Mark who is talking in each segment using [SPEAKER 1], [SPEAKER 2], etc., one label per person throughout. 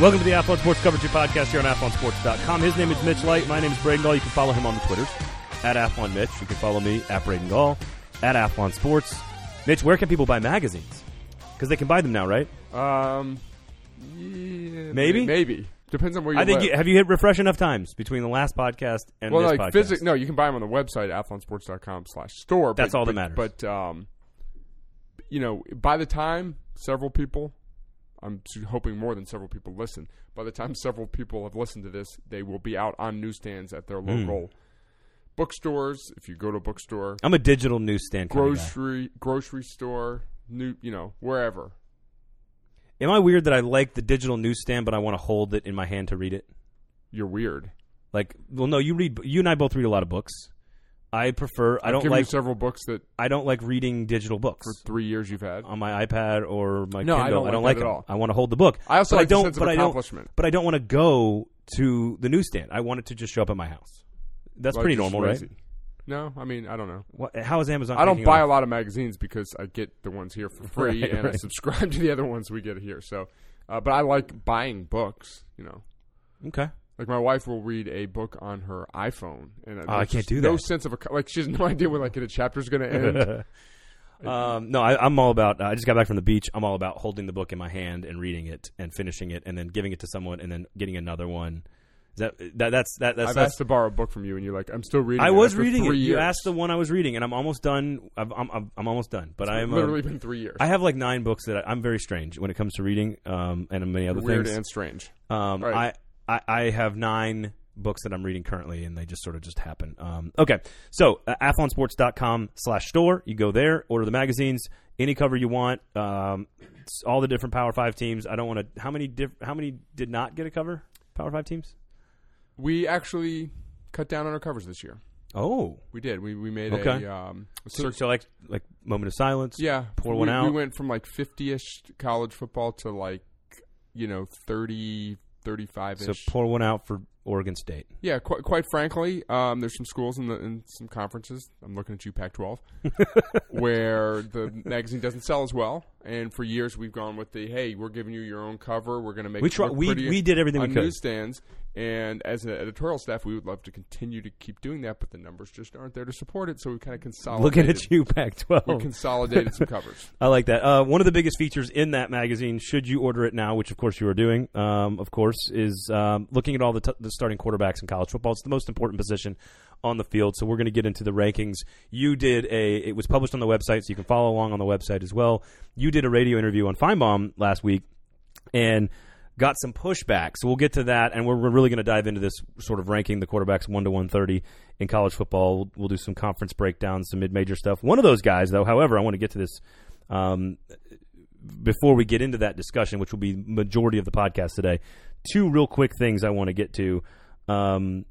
[SPEAKER 1] Welcome to the Athlon Sports Coverage Podcast here on AthlonSports.com. His name is Mitch Light. My name is Braden Gall. You can follow him on the Twitters at Athlon Mitch. You can follow me at Braden Gall at Athlon Sports. Mitch, where can people buy magazines? Because they can buy them now, right?
[SPEAKER 2] Um, yeah,
[SPEAKER 1] Maybe?
[SPEAKER 2] maybe depends on where you.
[SPEAKER 1] I think
[SPEAKER 2] live.
[SPEAKER 1] you, have you hit refresh enough times between the last podcast and
[SPEAKER 2] well,
[SPEAKER 1] this
[SPEAKER 2] like
[SPEAKER 1] podcast?
[SPEAKER 2] physic- No, you can buy them on the website athlonsports.com/store.
[SPEAKER 1] That's
[SPEAKER 2] but,
[SPEAKER 1] all that
[SPEAKER 2] but,
[SPEAKER 1] matters.
[SPEAKER 2] But um, you know, by the time several people, I'm s- hoping more than several people listen. By the time several people have listened to this, they will be out on newsstands at their
[SPEAKER 1] Hmm.
[SPEAKER 2] local bookstores. If you go to a bookstore,
[SPEAKER 1] I'm a digital newsstand. kind of guy.
[SPEAKER 2] grocery grocery store, new, you know, wherever.
[SPEAKER 1] Am I weird that I like the digital newsstand, but I want to hold it in my hand to read it?
[SPEAKER 2] You're weird.
[SPEAKER 1] Like, well, no, you read. You and I both read a lot of books. I prefer. I
[SPEAKER 2] I've
[SPEAKER 1] don't
[SPEAKER 2] given
[SPEAKER 1] like.
[SPEAKER 2] you several books that
[SPEAKER 1] I don't like reading digital books
[SPEAKER 2] for three years you've had.
[SPEAKER 1] on my iPad or my
[SPEAKER 2] No, I
[SPEAKER 1] Kindle.
[SPEAKER 2] don't
[SPEAKER 1] I don't like
[SPEAKER 2] like that
[SPEAKER 1] them.
[SPEAKER 2] at all.
[SPEAKER 1] I want to hold the book.
[SPEAKER 2] I
[SPEAKER 1] but
[SPEAKER 2] also like
[SPEAKER 1] I
[SPEAKER 2] the
[SPEAKER 1] don't.
[SPEAKER 2] sense of
[SPEAKER 1] but I
[SPEAKER 2] accomplishment.
[SPEAKER 1] don't. But I don't want to go to the newsstand. I want it to just show up at my house. That's
[SPEAKER 2] Like,
[SPEAKER 1] pretty
[SPEAKER 2] you're just
[SPEAKER 1] normal,
[SPEAKER 2] lazy.
[SPEAKER 1] right?
[SPEAKER 2] No, I mean I don't know.
[SPEAKER 1] What, how is Amazon?
[SPEAKER 2] I don't
[SPEAKER 1] kicking
[SPEAKER 2] buy
[SPEAKER 1] off?
[SPEAKER 2] a lot of magazines because I get the ones here for free
[SPEAKER 1] Right,
[SPEAKER 2] and I
[SPEAKER 1] right.
[SPEAKER 2] subscribe to the other ones we get here. So, uh, but I like buying books. You know,
[SPEAKER 1] Okay.
[SPEAKER 2] like my wife will read a book on her iPhone, and uh,
[SPEAKER 1] Oh, I can't
[SPEAKER 2] there's just
[SPEAKER 1] do
[SPEAKER 2] No
[SPEAKER 1] that.
[SPEAKER 2] sense of a like she has no idea when like the chapter's going to end.
[SPEAKER 1] Um, no, I, I'm all about. I just got back from the beach. I'm all about holding the book in my hand and reading it and finishing it and then giving it to someone and then getting another one. Is that, that that's that that's.
[SPEAKER 2] I've
[SPEAKER 1] that's
[SPEAKER 2] asked to borrow a book from you, and you're like, I'm still reading.
[SPEAKER 1] I
[SPEAKER 2] it
[SPEAKER 1] was
[SPEAKER 2] after
[SPEAKER 1] reading it.
[SPEAKER 2] three
[SPEAKER 1] You
[SPEAKER 2] years.
[SPEAKER 1] asked the one I was reading, and I'm almost done. I've, I'm, I'm I'm almost done, but I'm um,
[SPEAKER 2] Literally been three years.
[SPEAKER 1] I have like nine books that I, I'm very strange when it comes to reading um, and many other
[SPEAKER 2] Weird
[SPEAKER 1] things.
[SPEAKER 2] and strange.
[SPEAKER 1] Um,
[SPEAKER 2] Right.
[SPEAKER 1] I, I I have nine books that I'm reading currently, and they just sort of just happen. Um, okay, so uh, athlonsports.com slash store. You go there, order the magazines, any cover you want, um, it's all the different Power Five teams. I don't want to. How many diff, How many did not get a cover? Power Five teams.
[SPEAKER 2] We actually cut down on our covers this year.
[SPEAKER 1] Oh,
[SPEAKER 2] We did. We we made
[SPEAKER 1] Okay.
[SPEAKER 2] a um,
[SPEAKER 1] so, so like like moment of silence.
[SPEAKER 2] Yeah,
[SPEAKER 1] pour
[SPEAKER 2] we,
[SPEAKER 1] one
[SPEAKER 2] We
[SPEAKER 1] out.
[SPEAKER 2] went from like 50ish college football to like you know 30 35ish.
[SPEAKER 1] So pour one out for Oregon State.
[SPEAKER 2] yeah, quite, quite frankly, um, there's some schools and, the, and some conferences. I'm looking at you, Pac-12, where the magazine doesn't sell as well. And for years, we've gone with the hey, we're giving you your own cover. We're going to make
[SPEAKER 1] We
[SPEAKER 2] it
[SPEAKER 1] try-
[SPEAKER 2] look
[SPEAKER 1] we-
[SPEAKER 2] pretty
[SPEAKER 1] we did everything we
[SPEAKER 2] on
[SPEAKER 1] could.
[SPEAKER 2] newsstands. And as an editorial staff, we would love to continue to keep doing that, but the numbers just aren't there to support it. So we kind of consolidated.
[SPEAKER 1] Looking at you, Oh. Pac
[SPEAKER 2] We
[SPEAKER 1] twelve.
[SPEAKER 2] consolidated some covers.
[SPEAKER 1] I like that. Uh, one of the biggest features in that magazine, should you order it now, which of course you are doing, um, of course, is um, looking at all the, t- the starting quarterbacks in college football. It's the most important position on the field. So we're going to get into the rankings. You did a. It was published on the website, so you can follow along on the website as well. You did a radio interview on Feinbaum last week, and got some pushback. So we'll get to that, and we're, we're really going to dive into this sort of ranking the quarterbacks one to one thirty in college football. We'll, we'll do some conference breakdowns, some mid major stuff. One of those guys, though, however, I want to get to this um, before we get into that discussion, which will be majority of the podcast today. Two real quick things I want to get to. Um,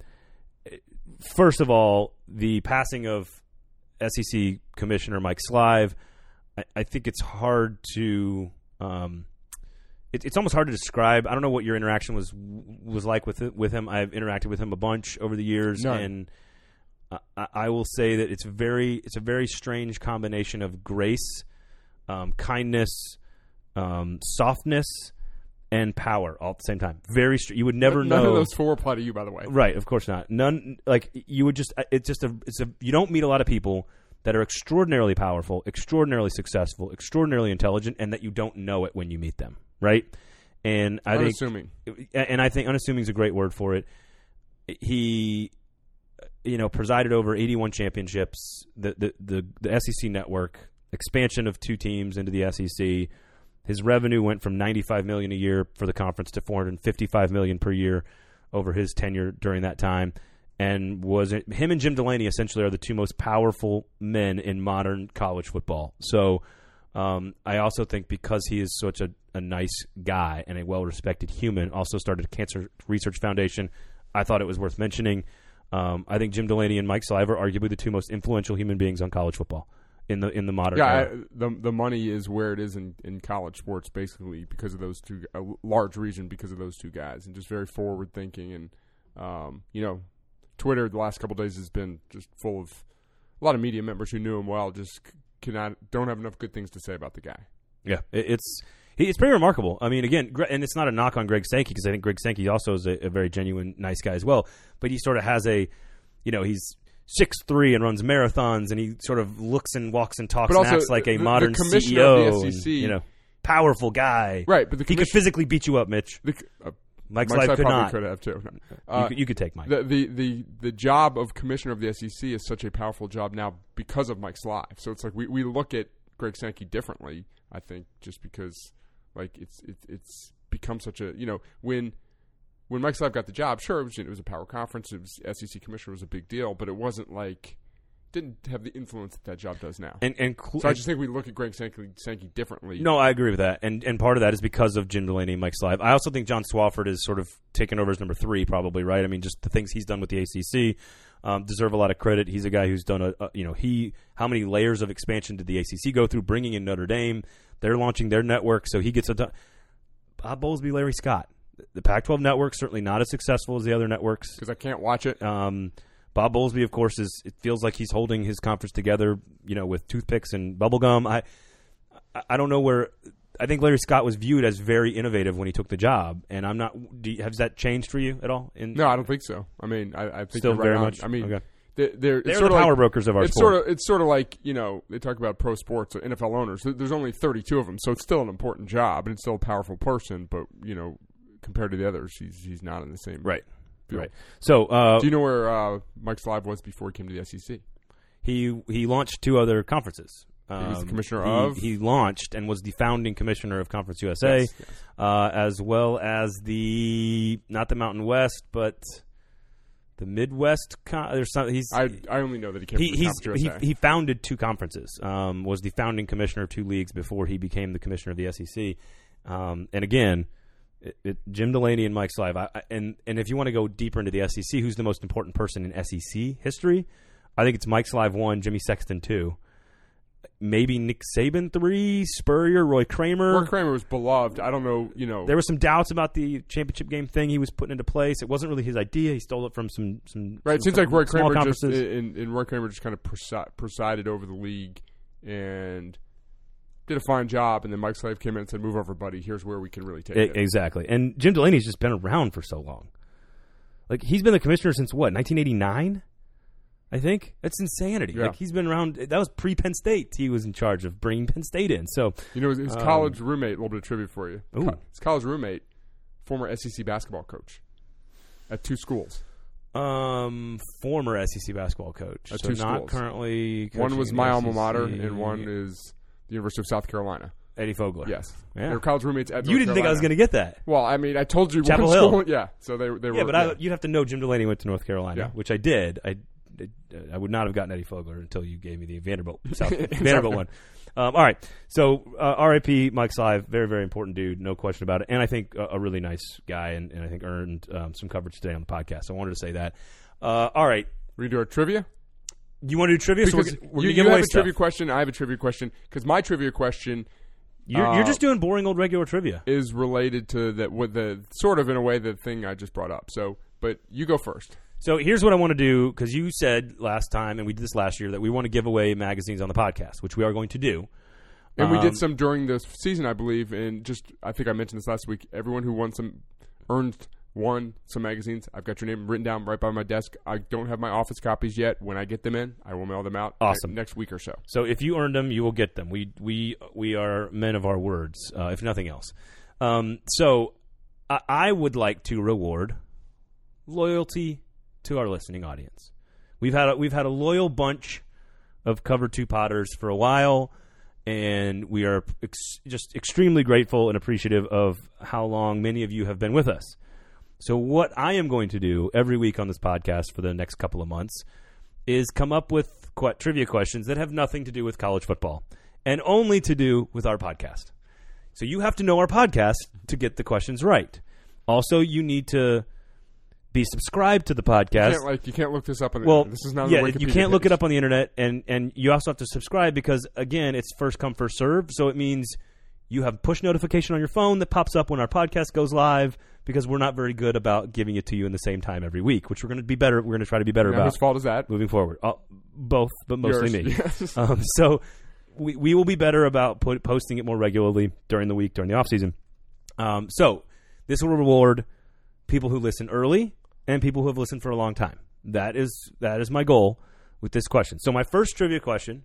[SPEAKER 1] first of all, the passing of SEC Commissioner Mike Slive. I, I think it's hard to. Um, it, it's almost hard to describe. I don't know what your interaction was was like with it, with him. I've interacted with him a bunch over the years,
[SPEAKER 2] None.
[SPEAKER 1] and I- I, I will say that it's very it's a very strange combination of grace, um, kindness, um, softness, and power all at the same time. Very str- you would never know
[SPEAKER 2] None of those four apply to you, by the way.
[SPEAKER 1] Right, of course not. None like you would just uh, it's just a it's a you don't meet a lot of people that are extraordinarily powerful, extraordinarily successful, extraordinarily intelligent and that you don't know it when you meet them, right? And I think
[SPEAKER 2] Unassuming.
[SPEAKER 1] and I think unassuming is a great word for it. He you know, presided over 81 championships, the the the, the SEC network, expansion of two teams into the E SEC. His revenue went from 95 million a year for the conference to 455 million per year over his tenure during that time. And was him and Jim Delaney essentially are the two most powerful men in modern college football. So um, I also think because he is such a, a nice guy and a well respected human, also started a cancer research foundation. I thought it was worth mentioning. Um, I think Jim Delaney and Mike Sliver are arguably the two most influential human beings on college football in the in the modern
[SPEAKER 2] Yeah, I,
[SPEAKER 1] era.
[SPEAKER 2] the the money is where it is in, in college sports, basically because of those two a large region because of those two guys, and just very forward thinking. And um, you know, Twitter the last couple days has been just full of a lot of media members who knew him well, just c- cannot don't have enough good things to say about the guy.
[SPEAKER 1] yeah, it, it's It's pretty remarkable. I mean, again, Gre- and it's not a knock on Greg Sankey because I think Greg Sankey also is a, a very genuine, nice guy as well. But he sort of has a, you know, he's six three and runs marathons, and he sort of looks and walks and talks
[SPEAKER 2] But
[SPEAKER 1] and
[SPEAKER 2] also,
[SPEAKER 1] acts like a
[SPEAKER 2] the- the
[SPEAKER 1] modern
[SPEAKER 2] commissioner
[SPEAKER 1] CEO,
[SPEAKER 2] of the
[SPEAKER 1] and,
[SPEAKER 2] SEC
[SPEAKER 1] you know, powerful guy.
[SPEAKER 2] Right, but the
[SPEAKER 1] He could
[SPEAKER 2] commission-
[SPEAKER 1] physically beat you up, Mitch.
[SPEAKER 2] the, c- uh,
[SPEAKER 1] Mike's,
[SPEAKER 2] Mike's
[SPEAKER 1] life
[SPEAKER 2] I
[SPEAKER 1] could
[SPEAKER 2] probably
[SPEAKER 1] not.
[SPEAKER 2] could have too. Uh,
[SPEAKER 1] you, could, you could take Mike.
[SPEAKER 2] the, the the the job of commissioner of the SEC is such a powerful job now because of Mike's live. So it's like we, we look at Greg Sankey differently. I think just because like it's it, it's become such a you know when when Mike's live got the job, sure it was it was a power conference. It was SEC commissioner was a big deal, but it wasn't like didn't have the influence that that job does now.
[SPEAKER 1] and and cl-
[SPEAKER 2] so I just think we look at Greg Sankey, Sankey differently.
[SPEAKER 1] No, I agree with that, and and part of that is because of Jim Delaney and Mike Slive. I also think John Swafford is sort of taken over as number three, probably right. I mean, just the things he's done with the ACC um, deserve a lot of credit. He's a guy who's done a, a you know he how many layers of expansion did the ACC go through, bringing in Notre Dame. They're launching their network, so he gets a ton. Bob Bowlesby, Larry Scott, the Pac-12 network certainly not as successful as the other networks.
[SPEAKER 2] because I can't watch it.
[SPEAKER 1] Um, Bob Bowlesby, of course, is it feels like he's holding his conference together, you know, with toothpicks and bubble gum. I, I- I don't know where. I think Larry Scott was viewed as very innovative when he took the job, and I'm not. Do you, has that changed for you at all? In
[SPEAKER 2] No, I don't think so. I mean, I, I think
[SPEAKER 1] still
[SPEAKER 2] you're right
[SPEAKER 1] very
[SPEAKER 2] on.
[SPEAKER 1] much.
[SPEAKER 2] I mean,
[SPEAKER 1] Okay.
[SPEAKER 2] they're, they're,
[SPEAKER 1] they're
[SPEAKER 2] sort
[SPEAKER 1] the
[SPEAKER 2] of
[SPEAKER 1] power
[SPEAKER 2] like,
[SPEAKER 1] brokers of our
[SPEAKER 2] it's
[SPEAKER 1] sport.
[SPEAKER 2] sort of it's sort of like you know they talk about pro sports or NFL owners. There- There's only 32 of them, so it's still an important job and it's still a powerful person. But you know, compared to the others, he's he's not in the same.
[SPEAKER 1] right,
[SPEAKER 2] Yeah.
[SPEAKER 1] right. So uh,
[SPEAKER 2] Do you know where uh, Mike Slive was before he came to the E SEC?
[SPEAKER 1] he he launched two other conferences. Um,
[SPEAKER 2] was the commissioner
[SPEAKER 1] he-
[SPEAKER 2] of-
[SPEAKER 1] He launched and was the founding commissioner of Conference USA,
[SPEAKER 2] Yes, yes.
[SPEAKER 1] uh, as well as the not the Mountain West, but the Midwest. Con- there's some, he's
[SPEAKER 2] I I only know that he came.
[SPEAKER 1] he,
[SPEAKER 2] from
[SPEAKER 1] he's,
[SPEAKER 2] the
[SPEAKER 1] he,
[SPEAKER 2] Conference USA.
[SPEAKER 1] he founded two conferences. Um, was the founding commissioner of two leagues before he became the commissioner of the SEC. Um, and again, it, it, Jim Delaney and Mike Slive. I, I- and and if you want to go deeper into the SEC, who's the most important person in SEC history? I think it's Mike Slive one, Jimmy Sexton two, maybe Nick Saban three, Spurrier, Roy Kramer.
[SPEAKER 2] Mark Kramer was beloved. I don't know. You know,
[SPEAKER 1] There were some doubts about the championship game thing he was putting into place. It wasn't really his idea. He stole it from some some
[SPEAKER 2] Right. It
[SPEAKER 1] some
[SPEAKER 2] seems like Roy
[SPEAKER 1] small
[SPEAKER 2] Kramer just
[SPEAKER 1] conferences.
[SPEAKER 2] and, and Roy Kramer just kind of presi- presided over the league and did a fine job. And then Mike Slave came in and said, "Move over, buddy. Here's where we can really take
[SPEAKER 1] E-
[SPEAKER 2] it."
[SPEAKER 1] Exactly. And Jim Delaney's just been around for so long. Like he's been the commissioner since what, 1989? I think that's insanity.
[SPEAKER 2] Yeah.
[SPEAKER 1] Like he's been around. That was pre Penn State. He was in charge of bringing Penn State in. So
[SPEAKER 2] You know, his, his college roommate. A little bit of trivia for you.
[SPEAKER 1] Um, Ooh.
[SPEAKER 2] Co- His college roommate, former SEC basketball coach at two schools.
[SPEAKER 1] um, former SEC basketball coach.
[SPEAKER 2] At
[SPEAKER 1] so
[SPEAKER 2] two
[SPEAKER 1] not
[SPEAKER 2] schools.
[SPEAKER 1] currently.
[SPEAKER 2] One
[SPEAKER 1] coaching E
[SPEAKER 2] was
[SPEAKER 1] in
[SPEAKER 2] my
[SPEAKER 1] the
[SPEAKER 2] alma mater,
[SPEAKER 1] SEC.
[SPEAKER 2] and one is the University of South Carolina.
[SPEAKER 1] Eddie Fogler.
[SPEAKER 2] Yes,
[SPEAKER 1] Yeah.
[SPEAKER 2] they were college roommates at.
[SPEAKER 1] You didn't think I was going to get that.
[SPEAKER 2] to. Well, I mean, I told you
[SPEAKER 1] Chapel
[SPEAKER 2] one
[SPEAKER 1] Hill.
[SPEAKER 2] school- Yeah, so they they were.
[SPEAKER 1] Yeah, but I, you'd have to know Jim Delaney went to North Carolina,
[SPEAKER 2] Yeah.
[SPEAKER 1] which I did. I, I would not have gotten Eddie Fogler until you gave me the Vanderbilt South, Vanderbilt one. Um, all right, so uh, R.I.P. Mike Slive, very very important dude, no question about it, and I think uh, a really nice guy, and, and I think earned um, some coverage today on the podcast. I wanted to say that. Uh, all right,
[SPEAKER 2] we do our trivia.
[SPEAKER 1] you want to do trivia? So we're,
[SPEAKER 2] Because
[SPEAKER 1] g- we're gonna
[SPEAKER 2] you,
[SPEAKER 1] give
[SPEAKER 2] you
[SPEAKER 1] away
[SPEAKER 2] have a
[SPEAKER 1] stuff.
[SPEAKER 2] trivia question. I have a trivia question because my trivia question
[SPEAKER 1] You're, you're
[SPEAKER 2] uh,
[SPEAKER 1] just doing boring old regular trivia.
[SPEAKER 2] is related to that with the sort of in a way the thing I just brought up. So, but you go first.
[SPEAKER 1] So here's what I want to do because you said last time, and we did this last year, that we want to give away magazines on the podcast, which we are going to do.
[SPEAKER 2] And we
[SPEAKER 1] Um,
[SPEAKER 2] did some during the season, I believe, and just I think I mentioned this last week. Everyone who won some earned won some magazines. I've got your name written down right by my desk. I don't have my office copies yet. When I get them in, I will mail them out.
[SPEAKER 1] Awesome.
[SPEAKER 2] ne- next week or so.
[SPEAKER 1] So if you earned them, you will get them. We we we are men of our words, uh, if nothing else. Um, so I, I would like to reward loyalty to our listening audience. We've had a, we've had a loyal bunch of cover two potters for a while, and we are ex- just extremely grateful and appreciative of how long many of you have been with us. So what I am going to do every week on this podcast for the next couple of months is come up with qu- trivia questions that have nothing to do with college football and only to do with our podcast. So you have to know our podcast to get the questions right. Also, you need to be subscribed to the podcast.
[SPEAKER 2] You can't, like you can't look this up. On the,
[SPEAKER 1] well,
[SPEAKER 2] this is not. on the
[SPEAKER 1] yeah, you
[SPEAKER 2] Wikipedia
[SPEAKER 1] can't look
[SPEAKER 2] page.
[SPEAKER 1] it up on the internet, and and you also have to subscribe because again, it's first come first served. So it means you have push notification on your phone that pops up when our podcast goes live because we're not very good about giving it to you in the same time every week, which we're going to be better. We're going to try to be better
[SPEAKER 2] Now,
[SPEAKER 1] about
[SPEAKER 2] whose fault is that?
[SPEAKER 1] moving forward. Uh, both, but mostly
[SPEAKER 2] Yours.
[SPEAKER 1] me.
[SPEAKER 2] Yes.
[SPEAKER 1] Um, so we, we will be better about put, posting it more regularly during the week during the off season. Um, so this will reward people who listen early and people who have listened for a long time. That is that is my goal with this question. So my first trivia question: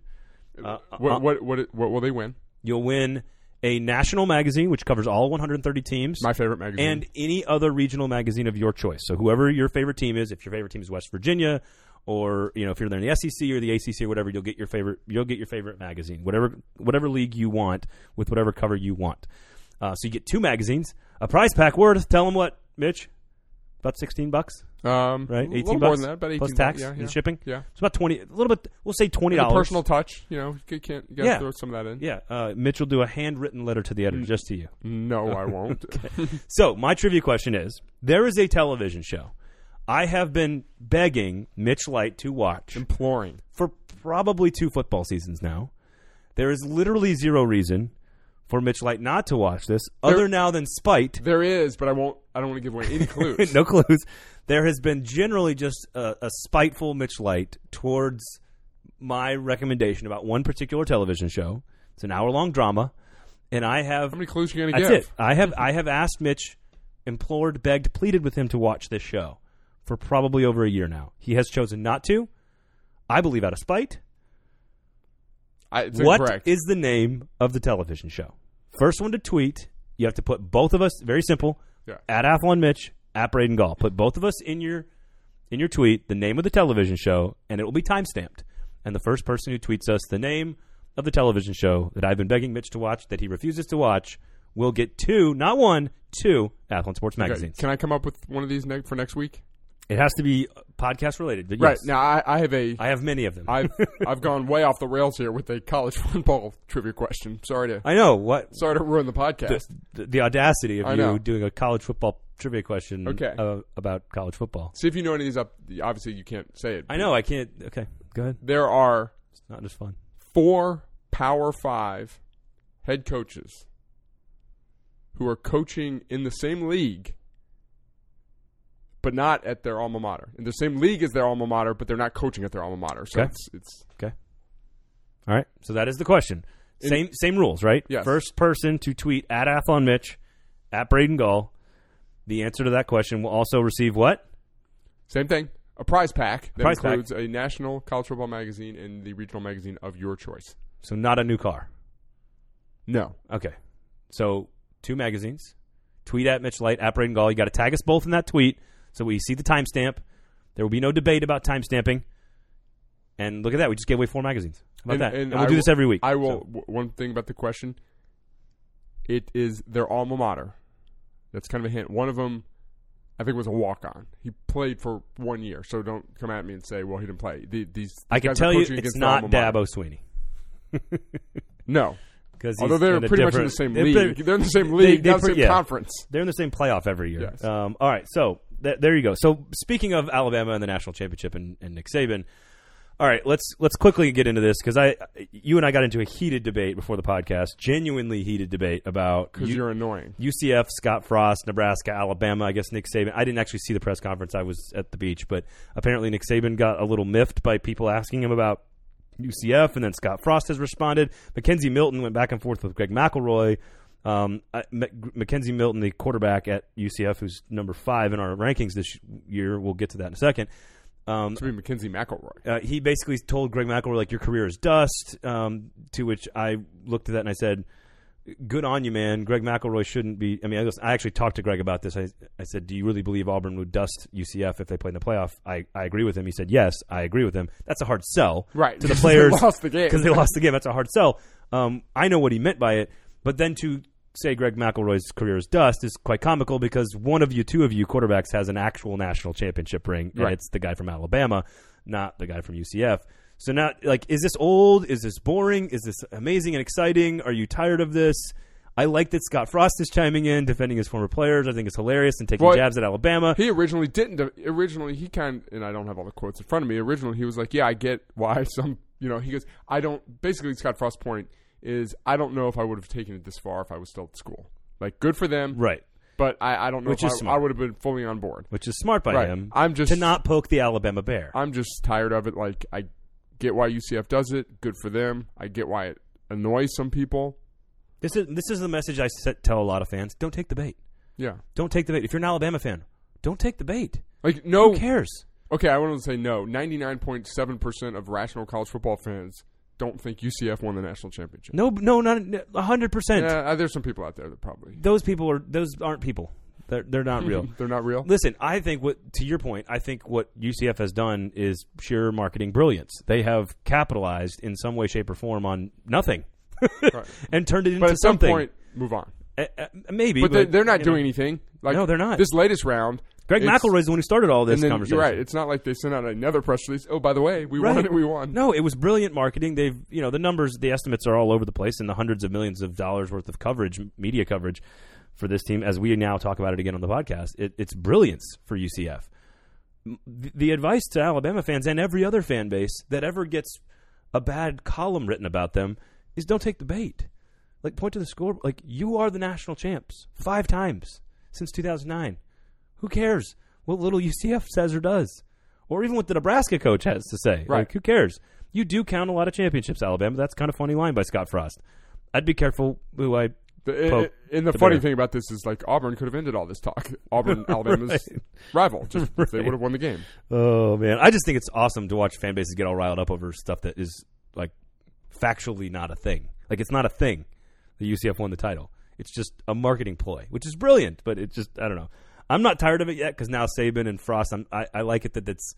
[SPEAKER 1] uh, uh,
[SPEAKER 2] What, what, what, what will they win?
[SPEAKER 1] You'll win a national magazine which covers all 130 teams
[SPEAKER 2] My favorite magazine.
[SPEAKER 1] and any other regional magazine of your choice. So whoever your favorite team is, if your favorite team is West Virginia, or you know if you're there in the SEC or the ACC or whatever, you'll get your favorite you'll get your favorite magazine, whatever whatever league you want with whatever cover you want. Uh, so you get two magazines, a prize pack worth. Tell them what, Mitch, about sixteen bucks,
[SPEAKER 2] um,
[SPEAKER 1] right?
[SPEAKER 2] a
[SPEAKER 1] Eighteen
[SPEAKER 2] little
[SPEAKER 1] bucks
[SPEAKER 2] more than that, about 18
[SPEAKER 1] plus
[SPEAKER 2] bucks,
[SPEAKER 1] tax
[SPEAKER 2] yeah, yeah.
[SPEAKER 1] and shipping.
[SPEAKER 2] Yeah.
[SPEAKER 1] It's about twenty, a little bit. We'll say twenty
[SPEAKER 2] The
[SPEAKER 1] dollars.
[SPEAKER 2] personal touch, you know, you can't you gotta
[SPEAKER 1] Yeah.
[SPEAKER 2] throw some of that in.
[SPEAKER 1] yeah, uh, Mitch will do a handwritten letter to the editor
[SPEAKER 2] Mm.
[SPEAKER 1] just to you.
[SPEAKER 2] No, I won't.
[SPEAKER 1] So, my trivia question is there is a television show I have been begging Mitch Light to watch
[SPEAKER 2] Imploring.
[SPEAKER 1] for probably two football seasons now. There is literally zero reason for Mitch Light not to watch this, other now than spite.
[SPEAKER 2] There is, but I won't. I don't want to give away any clues.
[SPEAKER 1] no clues. There has been generally just a, a spiteful Mitch Light towards my recommendation about one particular television show. It's an hour long drama, and I have
[SPEAKER 2] How many clues are you gonna
[SPEAKER 1] That's
[SPEAKER 2] give?
[SPEAKER 1] it. I have I have asked Mitch, implored, begged, pleaded with him to watch this show for probably over a year now. He has chosen not to. I believe out of spite.
[SPEAKER 2] I, it's
[SPEAKER 1] What is
[SPEAKER 2] incorrect.
[SPEAKER 1] the name of the television show? First one to tweet. You have to put both of us. Very simple.
[SPEAKER 2] Yeah.
[SPEAKER 1] At Athlon Mitch, at Braden Gall. Put both of us in your in your tweet the name of the television show, and it will be timestamped. And the first person who tweets us the name of the television show that I've been begging Mitch to watch that he refuses to watch will get two, not one, two Athlon Sports
[SPEAKER 2] Okay,
[SPEAKER 1] magazines.
[SPEAKER 2] Can I come up with one of these ne- for next week?
[SPEAKER 1] It has to be podcast related. But
[SPEAKER 2] Right
[SPEAKER 1] yes,
[SPEAKER 2] now, I, I have a.
[SPEAKER 1] I have many of them.
[SPEAKER 2] I've I've gone way off the rails here with a college football trivia question. Sorry to
[SPEAKER 1] I know what
[SPEAKER 2] sorry to ruin the podcast.
[SPEAKER 1] the, the audacity of
[SPEAKER 2] I
[SPEAKER 1] you
[SPEAKER 2] know.
[SPEAKER 1] doing a college football trivia question
[SPEAKER 2] Okay.
[SPEAKER 1] uh, about college football.
[SPEAKER 2] See if you know any of these. Up, obviously you can't say it.
[SPEAKER 1] I know I can't. Okay, go ahead.
[SPEAKER 2] There are
[SPEAKER 1] It's not as fun.
[SPEAKER 2] four Power Five head coaches who are coaching in the same league, but not at their alma mater. In the same league as their alma mater, but they're not coaching at their alma mater. So
[SPEAKER 1] Okay.
[SPEAKER 2] it's it's
[SPEAKER 1] All right, so that is the question. Same same rules, right?
[SPEAKER 2] Yes.
[SPEAKER 1] First person to tweet at Athlon Mitch, at Braden Gall, the answer to that question will also receive what?
[SPEAKER 2] Same thing. A prize pack that
[SPEAKER 1] prize pack.
[SPEAKER 2] includes a national college football magazine and the regional magazine of your choice.
[SPEAKER 1] So not a new car.
[SPEAKER 2] No.
[SPEAKER 1] Okay, so two magazines. Tweet at Mitch Light, at Braden Gall. You got to tag us both in that tweet so we see the timestamp. There will be no debate about timestamping. And look at that, we just gave away four magazines. How about that? And, we'll
[SPEAKER 2] I
[SPEAKER 1] do
[SPEAKER 2] will-
[SPEAKER 1] this every week.
[SPEAKER 2] I will.
[SPEAKER 1] So-
[SPEAKER 2] w- one thing about the question. It is their alma mater. That's kind of a hint. One of them, I think, was a walk on. He played for one year, so don't come at me and say, "Well, he didn't play." The- These, these
[SPEAKER 1] I can
[SPEAKER 2] guys are
[SPEAKER 1] tell you,
[SPEAKER 2] coaching
[SPEAKER 1] it's
[SPEAKER 2] against
[SPEAKER 1] not
[SPEAKER 2] their alma mater.
[SPEAKER 1] Dabo Sweeney.
[SPEAKER 2] No,
[SPEAKER 1] Because
[SPEAKER 2] although they're pretty much in the same league. They're in the same league,
[SPEAKER 1] they
[SPEAKER 2] not the
[SPEAKER 1] pre-
[SPEAKER 2] same
[SPEAKER 1] yeah.
[SPEAKER 2] conference.
[SPEAKER 1] They're in the same playoff every year.
[SPEAKER 2] Yes.
[SPEAKER 1] Um, all right, so th- there you go. So speaking of Alabama and the national championship and, and Nick Saban, all right, let's let's quickly get into this because I, you and I got into a heated debate before the podcast, genuinely heated debate about
[SPEAKER 2] Because
[SPEAKER 1] U-
[SPEAKER 2] you're annoying.
[SPEAKER 1] UCF, Scott Frost, Nebraska, Alabama. I guess Nick Saban. I didn't actually see the press conference. I was at the beach, but apparently Nick Saban got a little miffed by people asking him about UCF, and then Scott Frost has responded. Mackenzie Milton went back and forth with Greg McElroy. Um, I- M- Mackenzie Milton, the quarterback at UCF, who's number five in our rankings this year. We'll get to that in a second. Um,
[SPEAKER 2] To be Mackenzie McElroy.
[SPEAKER 1] uh, he basically told Greg McElroy like your career is dust. Um, to which I looked at that and I said, "Good on you, man. Greg McElroy shouldn't be." I mean, I, was, I actually talked to Greg about this. I, I said, "Do you really believe Auburn would dust UCF if they played in the playoff?" I, I agree with him. He said, "Yes, I agree with him." That's a hard sell,
[SPEAKER 2] Right,
[SPEAKER 1] To the
[SPEAKER 2] because
[SPEAKER 1] players
[SPEAKER 2] they lost the game.
[SPEAKER 1] because they lost the game. That's a hard sell. Um, I know what he meant by it, but then to say Greg McElroy's career is dust is quite comical because one of you, two of you quarterbacks has an actual national championship ring, and
[SPEAKER 2] Right.
[SPEAKER 1] it's the guy from Alabama, not the guy from UCF. So now, like, is this old? Is this boring? Is this amazing and exciting? Are you tired of this? I like that Scott Frost is chiming in, defending his former players. I think it's hilarious and taking
[SPEAKER 2] Well,
[SPEAKER 1] jabs at Alabama.
[SPEAKER 2] He originally didn't. uh, Originally, he kind and I don't have all the quotes in front of me. Originally, he was like, "Yeah, I get why some." You know, he goes, "I don't." Basically, Scott Frost's point is, "I don't know if I would have taken it this far if I was still at school." Like, good for them,
[SPEAKER 1] right,
[SPEAKER 2] But I, I don't know
[SPEAKER 1] Which
[SPEAKER 2] if
[SPEAKER 1] is
[SPEAKER 2] I- I,
[SPEAKER 1] smart.
[SPEAKER 2] would have been fully on board.
[SPEAKER 1] which is smart by
[SPEAKER 2] Right.
[SPEAKER 1] him.
[SPEAKER 2] I'm just-
[SPEAKER 1] to not poke the Alabama bear.
[SPEAKER 2] I'm just tired of it. Like, I get why UCF does it. Good for them. I get why it annoy some people.
[SPEAKER 1] This is this is the message I set, tell a lot of fans: don't take the bait.
[SPEAKER 2] Yeah,
[SPEAKER 1] Don't take the bait. If you're an Alabama fan, don't take the bait.
[SPEAKER 2] like no.
[SPEAKER 1] Who cares?
[SPEAKER 2] Okay, I want to say no. Ninety nine point seven percent of rational college football fans don't think UCF won the national championship.
[SPEAKER 1] No, no, not hundred percent.
[SPEAKER 2] Yeah, uh, there's some people out there that probably
[SPEAKER 1] Those people are those aren't people. They're they're not real.
[SPEAKER 2] They're not real.
[SPEAKER 1] Listen, I think what to your point, I think what UCF has done is sheer marketing brilliance. They have capitalized in some way, shape, or form on nothing, and turned it into
[SPEAKER 2] But at some
[SPEAKER 1] something.
[SPEAKER 2] point, move on.
[SPEAKER 1] Uh, uh, maybe,
[SPEAKER 2] But,
[SPEAKER 1] but,
[SPEAKER 2] they're, they're not
[SPEAKER 1] you know,
[SPEAKER 2] doing anything. Like
[SPEAKER 1] No, they're not.
[SPEAKER 2] This latest round,
[SPEAKER 1] Greg
[SPEAKER 2] it's-
[SPEAKER 1] McElroy is the one who started all this
[SPEAKER 2] and then,
[SPEAKER 1] conversation.
[SPEAKER 2] You're right. It's not like they sent out another press release. Oh, by the way, we
[SPEAKER 1] Right.
[SPEAKER 2] won it. We won.
[SPEAKER 1] No, it was brilliant marketing. They've, you know, the numbers, the estimates are all over the place, and the hundreds of millions of dollars worth of coverage, m- media coverage for this team, as we now talk about it again on the podcast. It, it's brilliance for UCF. M- The, the advice to Alabama fans and every other fan base that ever gets a bad column written about them is don't take the bait. Like, point to the score. Like, you are the national champs five times since 2009. Who cares what little UCF says or does, or even what the Nebraska coach has to say?
[SPEAKER 2] Right.
[SPEAKER 1] Like, who cares? You do count a lot of championships, Alabama. That's kind of funny line by Scott Frost. I'd be careful who I.
[SPEAKER 2] The-
[SPEAKER 1] Poke
[SPEAKER 2] and the
[SPEAKER 1] the
[SPEAKER 2] funny
[SPEAKER 1] bear.
[SPEAKER 2] thing about this is, like, Auburn could have ended all this talk. Auburn, Alabama's rival, just if they would have won the game.
[SPEAKER 1] Oh man, I just think it's awesome to watch fan bases get all riled up over stuff that is like factually not a thing. Like it's not a thing that UCF won the title. It's just a marketing ploy, which is brilliant. But it just I don't know. I'm not tired of it yet because now Saban and Frost. I'm, I I like it that that's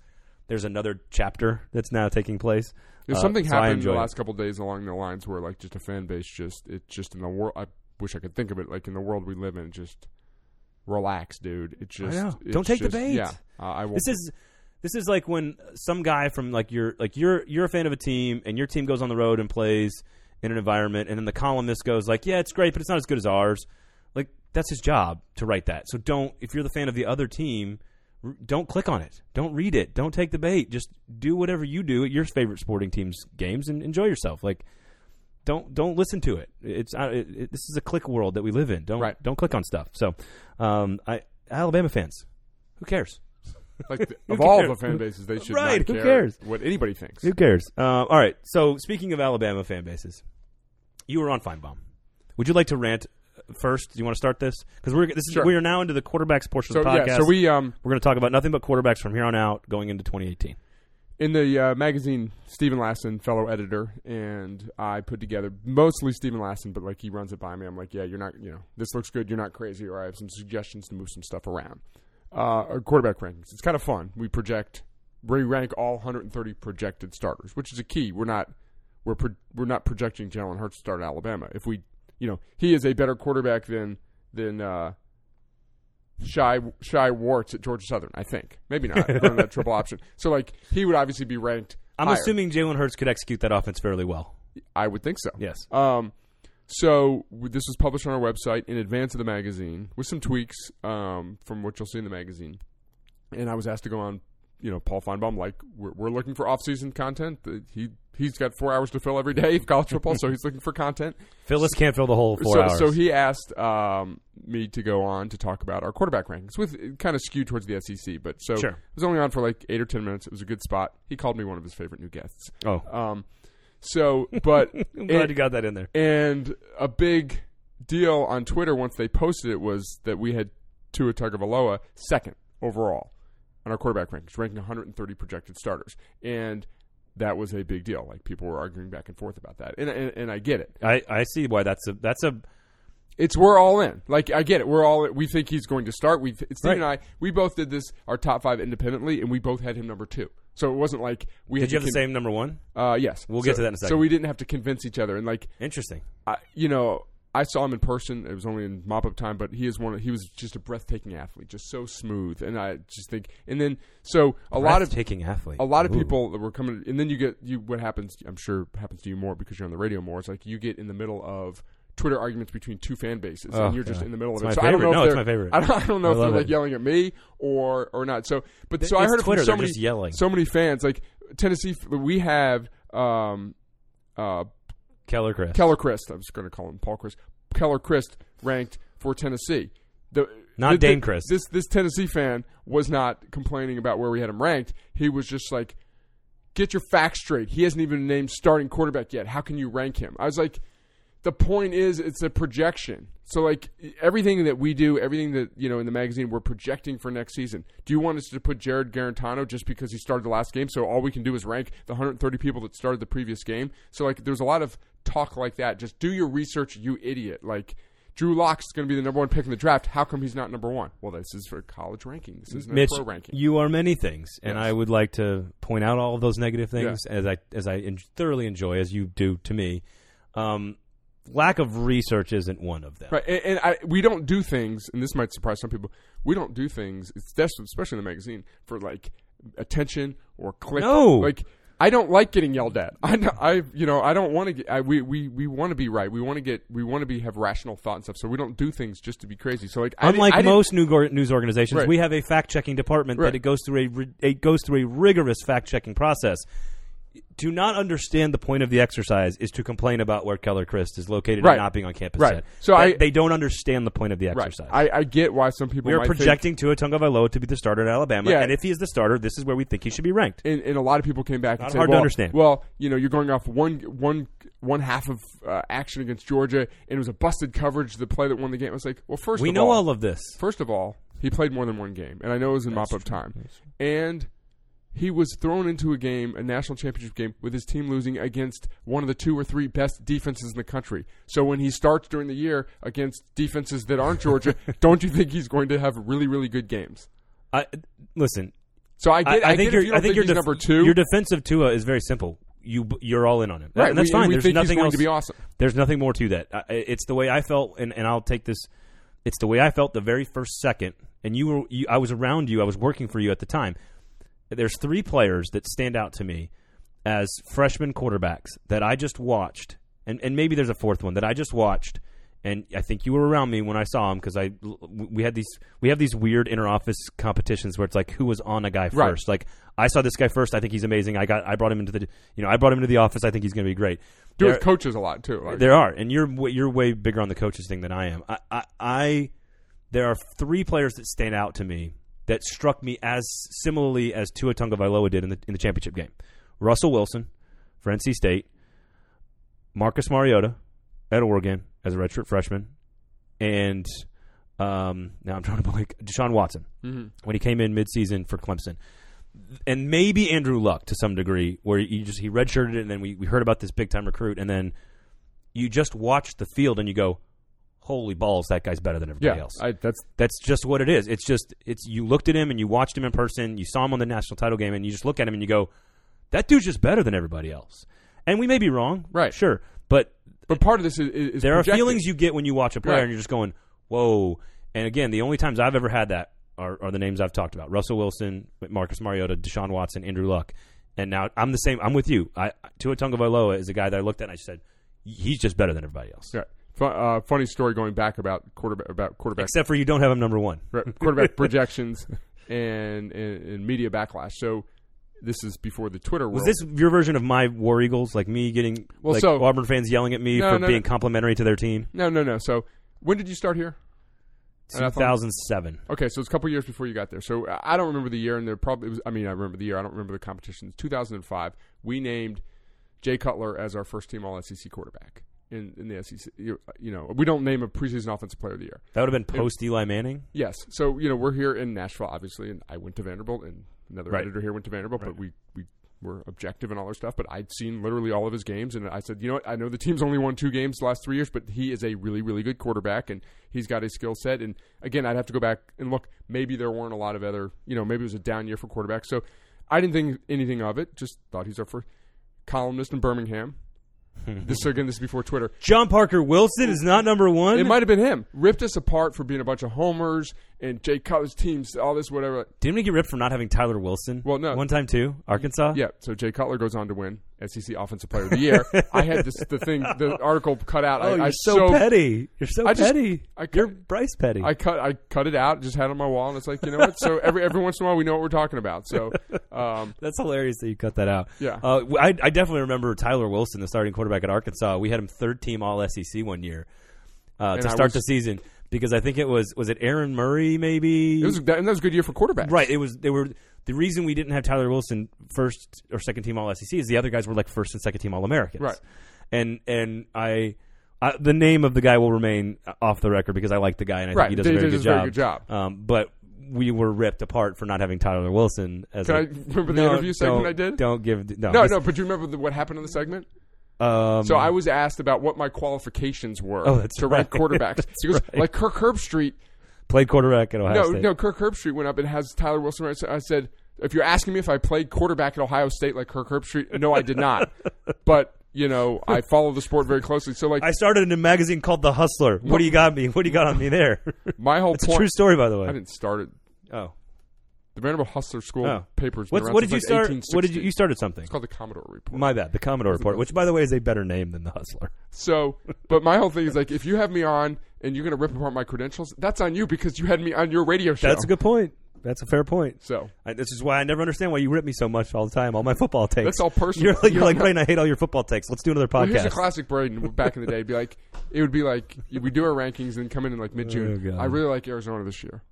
[SPEAKER 1] there's another chapter that's now taking place.
[SPEAKER 2] If
[SPEAKER 1] Uh,
[SPEAKER 2] something
[SPEAKER 1] so I
[SPEAKER 2] happened in the
[SPEAKER 1] enjoy it.
[SPEAKER 2] last couple of days along the lines where, like, just a fan base, just it, just in the world. I wish I could think of it. Like in the world we live in, just relax, dude. It just
[SPEAKER 1] know.
[SPEAKER 2] it's
[SPEAKER 1] Don't take the
[SPEAKER 2] just-
[SPEAKER 1] bait.
[SPEAKER 2] Yeah, uh, I won't.
[SPEAKER 1] This is this is like when some guy from like your like you're you're a fan of a team and your team goes on the road and plays in an environment and then the columnist goes like, "Yeah, it's great, but it's not as good as ours." Like that's his job to write that. So don't if you're the fan of the other team, r- don't click on it. Don't read it. Don't take the bait. Just do whatever you do at your favorite sporting team's games and enjoy yourself. Like don't don't listen to it. It's uh, it, it, this is a click world that we live in. Don't
[SPEAKER 2] Right.
[SPEAKER 1] don't click on stuff. So, um, I Alabama fans, who cares?
[SPEAKER 2] like the, of
[SPEAKER 1] Who
[SPEAKER 2] all
[SPEAKER 1] cares?
[SPEAKER 2] the fan bases, they should
[SPEAKER 1] Right,
[SPEAKER 2] Not
[SPEAKER 1] who
[SPEAKER 2] care
[SPEAKER 1] cares?
[SPEAKER 2] what anybody thinks?
[SPEAKER 1] Who cares? Uh, all right. So speaking of Alabama fan bases, you were on Feinbaum. Would you like to rant first? Do you want to start this? Because we're this is,
[SPEAKER 2] Sure.
[SPEAKER 1] we are now into the quarterbacks portion
[SPEAKER 2] So
[SPEAKER 1] of the podcast.
[SPEAKER 2] yeah, so we um
[SPEAKER 1] we're going to talk about nothing but quarterbacks from here on out, going into 2018.
[SPEAKER 2] in the uh, magazine, Stephen Lassen, fellow editor, and I put together mostly Stephen Lassen, but like he runs it by me. I'm like, yeah, you're not, you know, this looks good. You're not crazy, or I have some suggestions to move some stuff around. Uh, or quarterback rankings. It's kind of fun. We project, we rank all 130 projected starters, which is a key. We're not, we're pro- we're not projecting Jalen Hurts to start at Alabama. If we, you know, he is a better quarterback than than. Uh, Shy Shy Warts at Georgia Southern, I think. Maybe not. Run that triple option. So like he would obviously be ranked.
[SPEAKER 1] I'm
[SPEAKER 2] higher.
[SPEAKER 1] assuming Jalen Hurts could execute that offense fairly well.
[SPEAKER 2] I would think so.
[SPEAKER 1] Yes.
[SPEAKER 2] Um, so w- this was published on our website in advance of the magazine with some tweaks um, from what you'll see in the magazine. And I was asked to go on, you know, Paul Feinbaum, like, we're, we're looking for off-season content. Uh, He, he's got four hours to fill every day of college football, so he's looking for content.
[SPEAKER 1] Phyllis can't fill the whole four
[SPEAKER 2] so,
[SPEAKER 1] hours.
[SPEAKER 2] so he asked um, me to go on to talk about our quarterback rankings with kind of skewed towards the SEC, but so
[SPEAKER 1] Sure.
[SPEAKER 2] it was only on for like eight or ten minutes. It was a good spot. He called me one of his favorite new guests.
[SPEAKER 1] oh,
[SPEAKER 2] Um, so, but
[SPEAKER 1] I'm glad
[SPEAKER 2] and-
[SPEAKER 1] you got that in there.
[SPEAKER 2] and a big deal on Twitter once they posted it was that we had Tua Tagovailoa second overall on our quarterback rankings, ranking 130 projected starters, and that was a big deal. Like people were arguing back and forth about that, and and, and I get it.
[SPEAKER 1] I, I see why that's a that's a
[SPEAKER 2] It's we're all in. Like I get it. We're all we think he's going to start. We Steve
[SPEAKER 1] Right.
[SPEAKER 2] and I we both did this our top five independently, and we both had him number two. So it wasn't like we
[SPEAKER 1] did
[SPEAKER 2] had
[SPEAKER 1] you have
[SPEAKER 2] to
[SPEAKER 1] the
[SPEAKER 2] con-
[SPEAKER 1] same number one?
[SPEAKER 2] Uh, yes,
[SPEAKER 1] We'll get
[SPEAKER 2] So-
[SPEAKER 1] to that in a
[SPEAKER 2] So
[SPEAKER 1] second.
[SPEAKER 2] we didn't have to convince each other, and like
[SPEAKER 1] Interesting.
[SPEAKER 2] I, you know, I saw him in person. It was only in mop up time, but he is one. Of, he was just a breathtaking athlete, just so smooth. And I just think, and then so a lot of
[SPEAKER 1] taking athlete.
[SPEAKER 2] a lot of
[SPEAKER 1] Ooh.
[SPEAKER 2] people that were coming, and then you get you. What happens? I'm sure happens to you more because you're on the radio more. It's like you get in the middle of. Twitter arguments between two fan bases,
[SPEAKER 1] Oh,
[SPEAKER 2] and you're just
[SPEAKER 1] God.
[SPEAKER 2] in the middle
[SPEAKER 1] It's
[SPEAKER 2] of it.
[SPEAKER 1] my
[SPEAKER 2] so I don't
[SPEAKER 1] favorite.
[SPEAKER 2] know
[SPEAKER 1] No,
[SPEAKER 2] if
[SPEAKER 1] it's
[SPEAKER 2] they're-
[SPEAKER 1] my favorite.
[SPEAKER 2] I don't, I don't know
[SPEAKER 1] I
[SPEAKER 2] if they're
[SPEAKER 1] love
[SPEAKER 2] like
[SPEAKER 1] it.
[SPEAKER 2] yelling at me or or not. So, but so I
[SPEAKER 1] It's
[SPEAKER 2] heard it
[SPEAKER 1] Twitter,
[SPEAKER 2] from so
[SPEAKER 1] they're
[SPEAKER 2] many
[SPEAKER 1] just yelling.
[SPEAKER 2] so many fans. Like Tennessee, we have um, uh,
[SPEAKER 1] Keller Chris.
[SPEAKER 2] Keller Christ. I was going to call him Paul Christ. Keller Christ ranked for Tennessee. The,
[SPEAKER 1] Not
[SPEAKER 2] the- the-
[SPEAKER 1] Dane Christ.
[SPEAKER 2] This this Tennessee fan was not complaining about where we had him ranked. He was just like, get your facts straight. He hasn't even named starting quarterback yet. How can you rank him? I was like, the point is, it's a projection. So like everything that we do, everything that you know in the magazine, we're projecting for next season. Do you want us to put Jared Garantano just because he started the last game? So all we can do is rank the 130 people that started the previous game. So like, there's a lot of talk like that. Just do your research, you idiot. Like. Drew Locke's going to be the number one pick in the draft. How come he's not number one? Well, this is for college ranking. This isn't
[SPEAKER 1] Mitch,
[SPEAKER 2] a pro ranking.
[SPEAKER 1] you are many things, and
[SPEAKER 2] Yes.
[SPEAKER 1] I would like to point out all of those negative things as I as I en- thoroughly enjoy as you do to me. Um, lack of research isn't one of them.
[SPEAKER 2] Right, and, and I, we don't do things, and this might surprise some people. We don't do things, it's des- especially in the magazine, for like attention or click.
[SPEAKER 1] No.
[SPEAKER 2] like I don't like getting yelled at. I, don't- I, you know, I don't want to get. I, we, we, we want to be right. We want to get. We want to be have rational thought and stuff. So we don't do things just to be crazy. So like, I didn't-
[SPEAKER 1] Unlike
[SPEAKER 2] I didn't-
[SPEAKER 1] most new gor- news organizations,
[SPEAKER 2] Right.
[SPEAKER 1] we have a fact checking department
[SPEAKER 2] Right.
[SPEAKER 1] that it goes through a ri- it goes through a rigorous fact checking process. Do not understand the point of the exercise is to complain about where Keller Christ is located
[SPEAKER 2] Right.
[SPEAKER 1] and not being on campus.
[SPEAKER 2] Right.
[SPEAKER 1] yet.
[SPEAKER 2] So
[SPEAKER 1] That-
[SPEAKER 2] I-
[SPEAKER 1] they don't understand the point of the
[SPEAKER 2] right.
[SPEAKER 1] exercise.
[SPEAKER 2] I, I get why some people
[SPEAKER 1] we are
[SPEAKER 2] might think-
[SPEAKER 1] projecting Tua Tagovailoa to be the starter at Alabama,
[SPEAKER 2] Yeah.
[SPEAKER 1] and if he is the starter, this is where we think he should be ranked.
[SPEAKER 2] and, and a lot of people came back
[SPEAKER 1] Not
[SPEAKER 2] and said,
[SPEAKER 1] hard to
[SPEAKER 2] well,
[SPEAKER 1] understand.
[SPEAKER 2] well, you know, you're going off one one one half of uh, action against Georgia, and it was a busted coverage. The play that won the game. I was like, well, first
[SPEAKER 1] we
[SPEAKER 2] of
[SPEAKER 1] know all,
[SPEAKER 2] all,
[SPEAKER 1] of this.
[SPEAKER 2] first of all, he played more than one game, and I know it was in mop up time, and he was thrown into a game, a national championship game, with his team losing against one of the two or three best defenses in the country. So when he starts during the year against defenses that aren't Georgia, don't you think he's going to have really really good games?
[SPEAKER 1] I, listen,
[SPEAKER 2] So I get. I,
[SPEAKER 1] think
[SPEAKER 2] get if
[SPEAKER 1] your
[SPEAKER 2] you don't
[SPEAKER 1] I think, your
[SPEAKER 2] he's
[SPEAKER 1] def-
[SPEAKER 2] number two.
[SPEAKER 1] Your defense of Tua is very simple. You b- you're all in on him,
[SPEAKER 2] Right,
[SPEAKER 1] And that's
[SPEAKER 2] we-
[SPEAKER 1] fine.
[SPEAKER 2] we
[SPEAKER 1] There's
[SPEAKER 2] think he's
[SPEAKER 1] nothing
[SPEAKER 2] going
[SPEAKER 1] else
[SPEAKER 2] to be awesome.
[SPEAKER 1] There's nothing more to that. I, it's the way I felt, and, and I'll take this. It's the way I felt the very first second, and you were. You, I was around you. I was working for you at the time. There's three players that stand out to me as freshman quarterbacks that I just watched, and and maybe there's a fourth one that I just watched, and I think you were around me when I saw him because I we had these we have these weird inter office competitions where it's like who was on a guy
[SPEAKER 2] Right.
[SPEAKER 1] first. Like I saw this guy first. I think he's amazing. I got I brought him into the you know I brought him into the office. I think he's going to be great.
[SPEAKER 2] do
[SPEAKER 1] There-
[SPEAKER 2] with coaches a lot too. Like,
[SPEAKER 1] there are, and you're w- you're way bigger on the coaches thing than I am. I, I, I there are three players that stand out to me that struck me as similarly as Tua Tagovailoa did in the in the championship game. Russell Wilson for NC State, Marcus Mariota at Oregon as a redshirt freshman, and um, now I'm trying to blank Deshaun Watson
[SPEAKER 2] mm-hmm.
[SPEAKER 1] when he came in midseason for Clemson. And maybe Andrew Luck to some degree, where you just he redshirted it, and then we, we heard about this big time recruit, and then you just watch the field and you go, "Holy balls, that guy's better than everybody
[SPEAKER 2] yeah,
[SPEAKER 1] else."
[SPEAKER 2] I, that's
[SPEAKER 1] That's just what it is. It's just it's you looked at him and you watched him in person, you saw him on the national title game, and you just look at him and you go, "That dude's just better than everybody else." And we may be wrong,
[SPEAKER 2] Right.
[SPEAKER 1] Sure, but
[SPEAKER 2] But part of this is, is
[SPEAKER 1] there
[SPEAKER 2] projected.
[SPEAKER 1] are feelings you get when you watch a player
[SPEAKER 2] Right.
[SPEAKER 1] and you're just going, whoa. And again, the only times I've ever had that are, are the names I've talked about: Russell Wilson, Marcus Mariota, Deshaun Watson, Andrew Luck. And now I'm the same. I'm with you. I Tua Tagovailoa is a guy that I looked at and I said, he's just better than everybody else,
[SPEAKER 2] Yeah. Fu- uh, funny story going back about quarterback about quarterback
[SPEAKER 1] except for you don't have him number one.
[SPEAKER 2] re- quarterback projections and, and and media backlash. So this is before the Twitter
[SPEAKER 1] Was
[SPEAKER 2] world.
[SPEAKER 1] this your version of my War Eagles? Like me getting
[SPEAKER 2] Well,
[SPEAKER 1] like
[SPEAKER 2] so-
[SPEAKER 1] Auburn fans yelling at me
[SPEAKER 2] No,
[SPEAKER 1] for
[SPEAKER 2] no,
[SPEAKER 1] being
[SPEAKER 2] no.
[SPEAKER 1] complimentary to their team?
[SPEAKER 2] no, no, no. So when did you start here? And I thought-
[SPEAKER 1] 2007.
[SPEAKER 2] Okay, so it's a couple years before you got there. So I- I don't remember the year, and there probably was. I mean, I remember the year. I don't remember the competition. 2005. We named Jay Cutler as our first team All SEC quarterback in in the SEC. You, you know, we don't name a preseason offensive player of the year.
[SPEAKER 1] That would have been post Eli Manning.
[SPEAKER 2] Yes. So you know we're here in Nashville, obviously, and I went to Vanderbilt, and another
[SPEAKER 1] Right.
[SPEAKER 2] editor here went to Vanderbilt, but we we were objective and all our stuff. But I'd seen literally all of his games, and I said, you know what? I know the team's only won two games the last three years, but he is a really really good quarterback, and he's got a skill set. And again, I'd have to go back and look. Maybe there weren't a lot of other, you know, maybe it was a down year for quarterbacks. So I didn't think anything of it. Just thought he's our first columnist in Birmingham. this again, this is before Twitter.
[SPEAKER 1] John Parker Wilson is not number one.
[SPEAKER 2] It might have been him. Ripped us apart for being a bunch of homers and Jay Cutler's teams, all this, whatever.
[SPEAKER 1] Didn't we get ripped for not having Tyler Wilson?
[SPEAKER 2] Well, no.
[SPEAKER 1] One time too, Arkansas.
[SPEAKER 2] Yeah, so Jay Cutler goes on to win SEC Offensive Player of the Year. I had this the thing, the article cut out.
[SPEAKER 1] Oh,
[SPEAKER 2] I,
[SPEAKER 1] you're
[SPEAKER 2] I
[SPEAKER 1] so, petty. You're so
[SPEAKER 2] I just-
[SPEAKER 1] petty.
[SPEAKER 2] I cut-
[SPEAKER 1] you're Bryce Petty.
[SPEAKER 2] I cut I cut it out, just had it on my wall, and it's like you know what? So every every once in a while, we know what we're talking about. So um,
[SPEAKER 1] That's hilarious that you cut that out.
[SPEAKER 2] Yeah.
[SPEAKER 1] Uh, w- I, I definitely remember Tyler Wilson, the starting quarterback at Arkansas. We had him third team All SEC one E year uh, to
[SPEAKER 2] I
[SPEAKER 1] start
[SPEAKER 2] was-
[SPEAKER 1] the season because I think it was was it Aaron Murray maybe
[SPEAKER 2] It was that, and that was a good year for quarterbacks.
[SPEAKER 1] right. It was they were the reason we didn't have Tyler Wilson first or second team All SEC is the other guys were like first and second team All Americans.
[SPEAKER 2] Right.
[SPEAKER 1] And and I, I the name of the guy will remain off the record because I like the guy and I
[SPEAKER 2] Right.
[SPEAKER 1] think he does
[SPEAKER 2] He
[SPEAKER 1] a very,
[SPEAKER 2] does
[SPEAKER 1] good,
[SPEAKER 2] a
[SPEAKER 1] job.
[SPEAKER 2] very good job.
[SPEAKER 1] Um, but we were ripped apart for not having Tyler Wilson as
[SPEAKER 2] Can
[SPEAKER 1] a-
[SPEAKER 2] I remember the
[SPEAKER 1] No,
[SPEAKER 2] interview segment
[SPEAKER 1] don't-
[SPEAKER 2] I did?
[SPEAKER 1] Don't give no
[SPEAKER 2] No,
[SPEAKER 1] this-
[SPEAKER 2] no, but do you remember the, what happened in the segment?
[SPEAKER 1] Um,
[SPEAKER 2] So I was asked about what my qualifications were
[SPEAKER 1] Oh, that's
[SPEAKER 2] to rank
[SPEAKER 1] right.
[SPEAKER 2] quarterbacks.
[SPEAKER 1] That's
[SPEAKER 2] Because
[SPEAKER 1] right.
[SPEAKER 2] like Kirk Herbstreit,
[SPEAKER 1] played quarterback at Ohio
[SPEAKER 2] no,
[SPEAKER 1] State.
[SPEAKER 2] no, Kirk Herbstreit went up and has Tyler Wilson. Right, so I said, if you're asking me if I played quarterback at Ohio State like Kirk Herbstreit, no, I did not. but you know, I follow the sport very closely. So like
[SPEAKER 1] I started in a magazine called The Hustler. What do you got me? What do you got on me there?
[SPEAKER 2] my whole
[SPEAKER 1] It's a
[SPEAKER 2] point,
[SPEAKER 1] true story, by the way.
[SPEAKER 2] I didn't start it.
[SPEAKER 1] Oh,
[SPEAKER 2] The Vanderbilt Hustler School
[SPEAKER 1] Oh.
[SPEAKER 2] papers. been
[SPEAKER 1] What's,
[SPEAKER 2] around
[SPEAKER 1] what did you
[SPEAKER 2] since, like,
[SPEAKER 1] start? What did you
[SPEAKER 2] 1860.
[SPEAKER 1] you started something?
[SPEAKER 2] It's called the Commodore Report.
[SPEAKER 1] My bad. The Commodore Report, which by the way is a better name than The Hustler.
[SPEAKER 2] So, but my whole thing is like, if you have me on and you're going to rip apart my credentials, that's on you because you had me on your radio show.
[SPEAKER 1] That's a good point. That's a fair point.
[SPEAKER 2] So,
[SPEAKER 1] I, this is why I never understand why you rip me so much all the time. All my football takes.
[SPEAKER 2] That's all personal.
[SPEAKER 1] You're like,
[SPEAKER 2] You're
[SPEAKER 1] you're like
[SPEAKER 2] not-
[SPEAKER 1] Braden, I hate all your football takes. Let's do another
[SPEAKER 2] well, here's a
[SPEAKER 1] podcast.
[SPEAKER 2] classic Braden back in the day. It'd be like, it would be like, we do our rankings and come in in like mid June.
[SPEAKER 1] Oh, God.
[SPEAKER 2] I really like Arizona this year.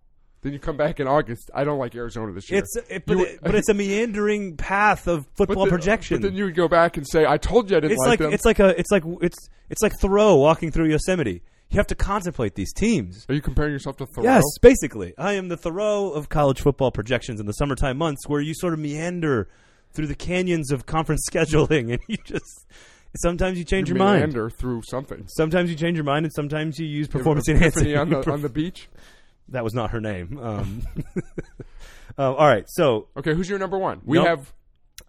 [SPEAKER 2] Then you come back in August. I don't like Arizona this year.
[SPEAKER 1] it's it,
[SPEAKER 2] You
[SPEAKER 1] but,
[SPEAKER 2] would-
[SPEAKER 1] it, but it's a meandering path of
[SPEAKER 2] But
[SPEAKER 1] football
[SPEAKER 2] then-
[SPEAKER 1] projection.
[SPEAKER 2] But then you would go back and say, I told you I didn't
[SPEAKER 1] it's like
[SPEAKER 2] them.
[SPEAKER 1] it's like a it's like it's it's like Thoreau walking through Yosemite. You have to contemplate these teams.
[SPEAKER 2] Are you comparing yourself to Thoreau?
[SPEAKER 1] Yes, basically. I am the Thoreau of college football projections in the summertime months where you sort of meander through the canyons of conference scheduling and you just sometimes you change
[SPEAKER 2] You
[SPEAKER 1] your mind.
[SPEAKER 2] meander through something.
[SPEAKER 1] Sometimes you change your mind and sometimes you use performance
[SPEAKER 2] Epiphany
[SPEAKER 1] enhancing.
[SPEAKER 2] on the, on the beach.
[SPEAKER 1] that was not her name. Um, um, all right, so
[SPEAKER 2] Okay, who's your number one? We
[SPEAKER 1] Nope.
[SPEAKER 2] have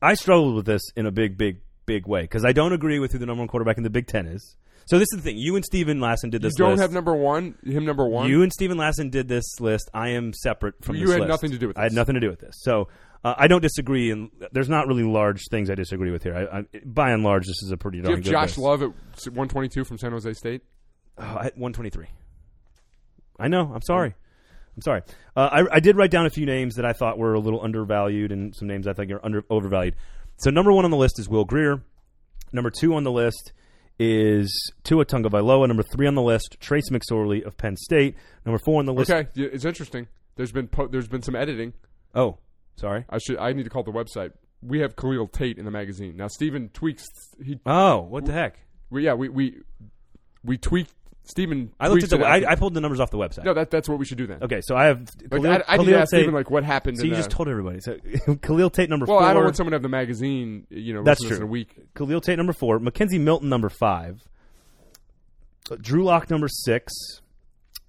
[SPEAKER 1] I struggled with this in a big, big, big way because I don't agree with who the number one quarterback in the Big Ten is. So this is the thing. You and Steven Lassen did
[SPEAKER 2] you
[SPEAKER 1] this
[SPEAKER 2] don't
[SPEAKER 1] list.
[SPEAKER 2] have number one. Him number one.
[SPEAKER 1] You and Steven Lassen did this list. I am separate from
[SPEAKER 2] You
[SPEAKER 1] this
[SPEAKER 2] had
[SPEAKER 1] list.
[SPEAKER 2] nothing to do with
[SPEAKER 1] I had
[SPEAKER 2] this.
[SPEAKER 1] nothing to do with this. So uh, I don't disagree, and there's not really large things I disagree with here. I, I, by and large, this is a pretty
[SPEAKER 2] Do you
[SPEAKER 1] darn
[SPEAKER 2] have
[SPEAKER 1] good
[SPEAKER 2] Josh
[SPEAKER 1] list.
[SPEAKER 2] Love at 122 from San Jose State?
[SPEAKER 1] Oh, I- 123. I know. I'm sorry.
[SPEAKER 2] Oh.
[SPEAKER 1] I'm sorry. Uh, I, I did write down a few names that I thought were a little undervalued, and some names I think are under overvalued. So number one on the list is Will Greer. Number two on the list is Tua Tungavailoa. Number three on the list, Trace McSorley of Penn State. Number four on the list.
[SPEAKER 2] Okay, yeah, it's interesting. There's been po- there's been some editing.
[SPEAKER 1] Oh, sorry.
[SPEAKER 2] I should I need to call the website. We have Khalil Tate in the magazine now. Stephen tweaks. He
[SPEAKER 1] Oh, what the heck?
[SPEAKER 2] we, yeah we we we tweaked. Stephen.
[SPEAKER 1] I looked at
[SPEAKER 2] tweets
[SPEAKER 1] the.
[SPEAKER 2] it out.
[SPEAKER 1] I, I pulled the numbers off the website.
[SPEAKER 2] no, that that's what we should do then.
[SPEAKER 1] Okay, so I have.
[SPEAKER 2] Like,
[SPEAKER 1] Khalil-
[SPEAKER 2] I, I need
[SPEAKER 1] Khalil
[SPEAKER 2] to ask
[SPEAKER 1] Tate-
[SPEAKER 2] Stephen like what happened.
[SPEAKER 1] so
[SPEAKER 2] in
[SPEAKER 1] you
[SPEAKER 2] the-
[SPEAKER 1] just told everybody. So Khalil Tate number
[SPEAKER 2] well,
[SPEAKER 1] four.
[SPEAKER 2] I don't want someone to have the magazine. You know,
[SPEAKER 1] That's
[SPEAKER 2] listen to this
[SPEAKER 1] true.
[SPEAKER 2] In a week.
[SPEAKER 1] Khalil Tate number four. Mackenzie Milton number five. Drew Lock number six.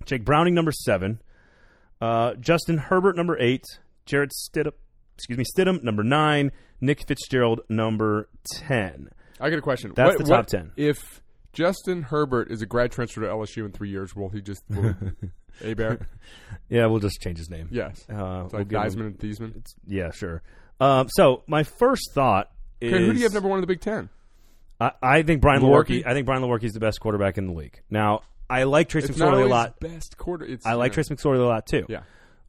[SPEAKER 1] Jake Browning number seven. Uh, Justin Herbert number eight. Jared Stidham, excuse me, Stidham number nine. Nick Fitzgerald number ten.
[SPEAKER 2] I got a question.
[SPEAKER 1] That's
[SPEAKER 2] What-
[SPEAKER 1] the top
[SPEAKER 2] what
[SPEAKER 1] 10.
[SPEAKER 2] If Justin Herbert is a grad transfer to LSU in three years, will he just will A bear?
[SPEAKER 1] Yeah, we'll just change his name.
[SPEAKER 2] Yes.
[SPEAKER 1] Uh,
[SPEAKER 2] It's like
[SPEAKER 1] we'll give
[SPEAKER 2] Deisman
[SPEAKER 1] him-
[SPEAKER 2] and Thiesman.
[SPEAKER 1] yeah, sure. Um, so my first thought is
[SPEAKER 2] Okay, who do you have number one in the Big Ten?
[SPEAKER 1] I, I think Brian
[SPEAKER 2] Lewerke?
[SPEAKER 1] Lewerke. I think Brian Lewerke is the best quarterback in the league. Now, I like Trace
[SPEAKER 2] It's not
[SPEAKER 1] McSorley a
[SPEAKER 2] always
[SPEAKER 1] lot.
[SPEAKER 2] best quarter. It's,
[SPEAKER 1] I like
[SPEAKER 2] you know,
[SPEAKER 1] Trace McSorley a lot too.
[SPEAKER 2] Yeah.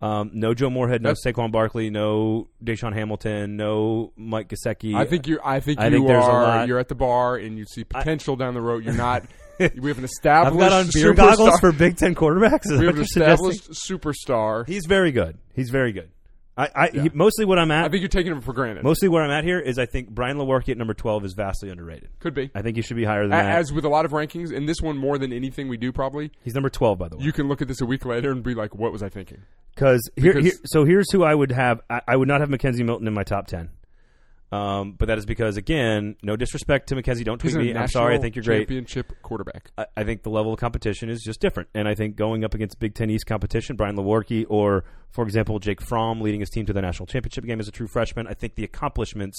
[SPEAKER 1] Um, no Joe Moorhead, no
[SPEAKER 2] That's-
[SPEAKER 1] Saquon Barkley, no Deshaun Hamilton, no Mike Gesicki.
[SPEAKER 2] I think you. I think
[SPEAKER 1] I
[SPEAKER 2] you
[SPEAKER 1] think there's a
[SPEAKER 2] are.
[SPEAKER 1] lot-
[SPEAKER 2] You're at the bar and you see potential down the road. You're not. we have an established.
[SPEAKER 1] I've got on beer
[SPEAKER 2] superstar-
[SPEAKER 1] goggles for Big Ten quarterbacks. Is that what
[SPEAKER 2] We have an
[SPEAKER 1] you're suggesting?
[SPEAKER 2] established superstar.
[SPEAKER 1] He's very good. He's very good. I, I he- mostly what I'm
[SPEAKER 2] I
[SPEAKER 1] at.
[SPEAKER 2] think you're taking him for granted.
[SPEAKER 1] Mostly where I'm at here is I think Brian Lewerke at number 12 is vastly underrated.
[SPEAKER 2] Could be.
[SPEAKER 1] I think he should be higher than
[SPEAKER 2] A-
[SPEAKER 1] that.
[SPEAKER 2] As with a lot of rankings, and this one more than anything we do probably,
[SPEAKER 1] He's number 12 by the way.
[SPEAKER 2] you can look at this a week later and be like, "What was I thinking?"
[SPEAKER 1] Cause here,
[SPEAKER 2] Because-
[SPEAKER 1] here- so here's who I would have. I, I would not have Mackenzie Milton in my top ten. Um, but that is because, again, no disrespect to Mackenzie. Don't tweet
[SPEAKER 2] He's a
[SPEAKER 1] me. I'm sorry. I
[SPEAKER 2] national
[SPEAKER 1] think you're great.
[SPEAKER 2] Championship quarterback.
[SPEAKER 1] I, I think the level of competition is just different, and I think going up against Big Ten East competition, Brian Lewerke or, for example, Jake Fromm leading his team to the national championship game as a true freshman, I think the accomplishments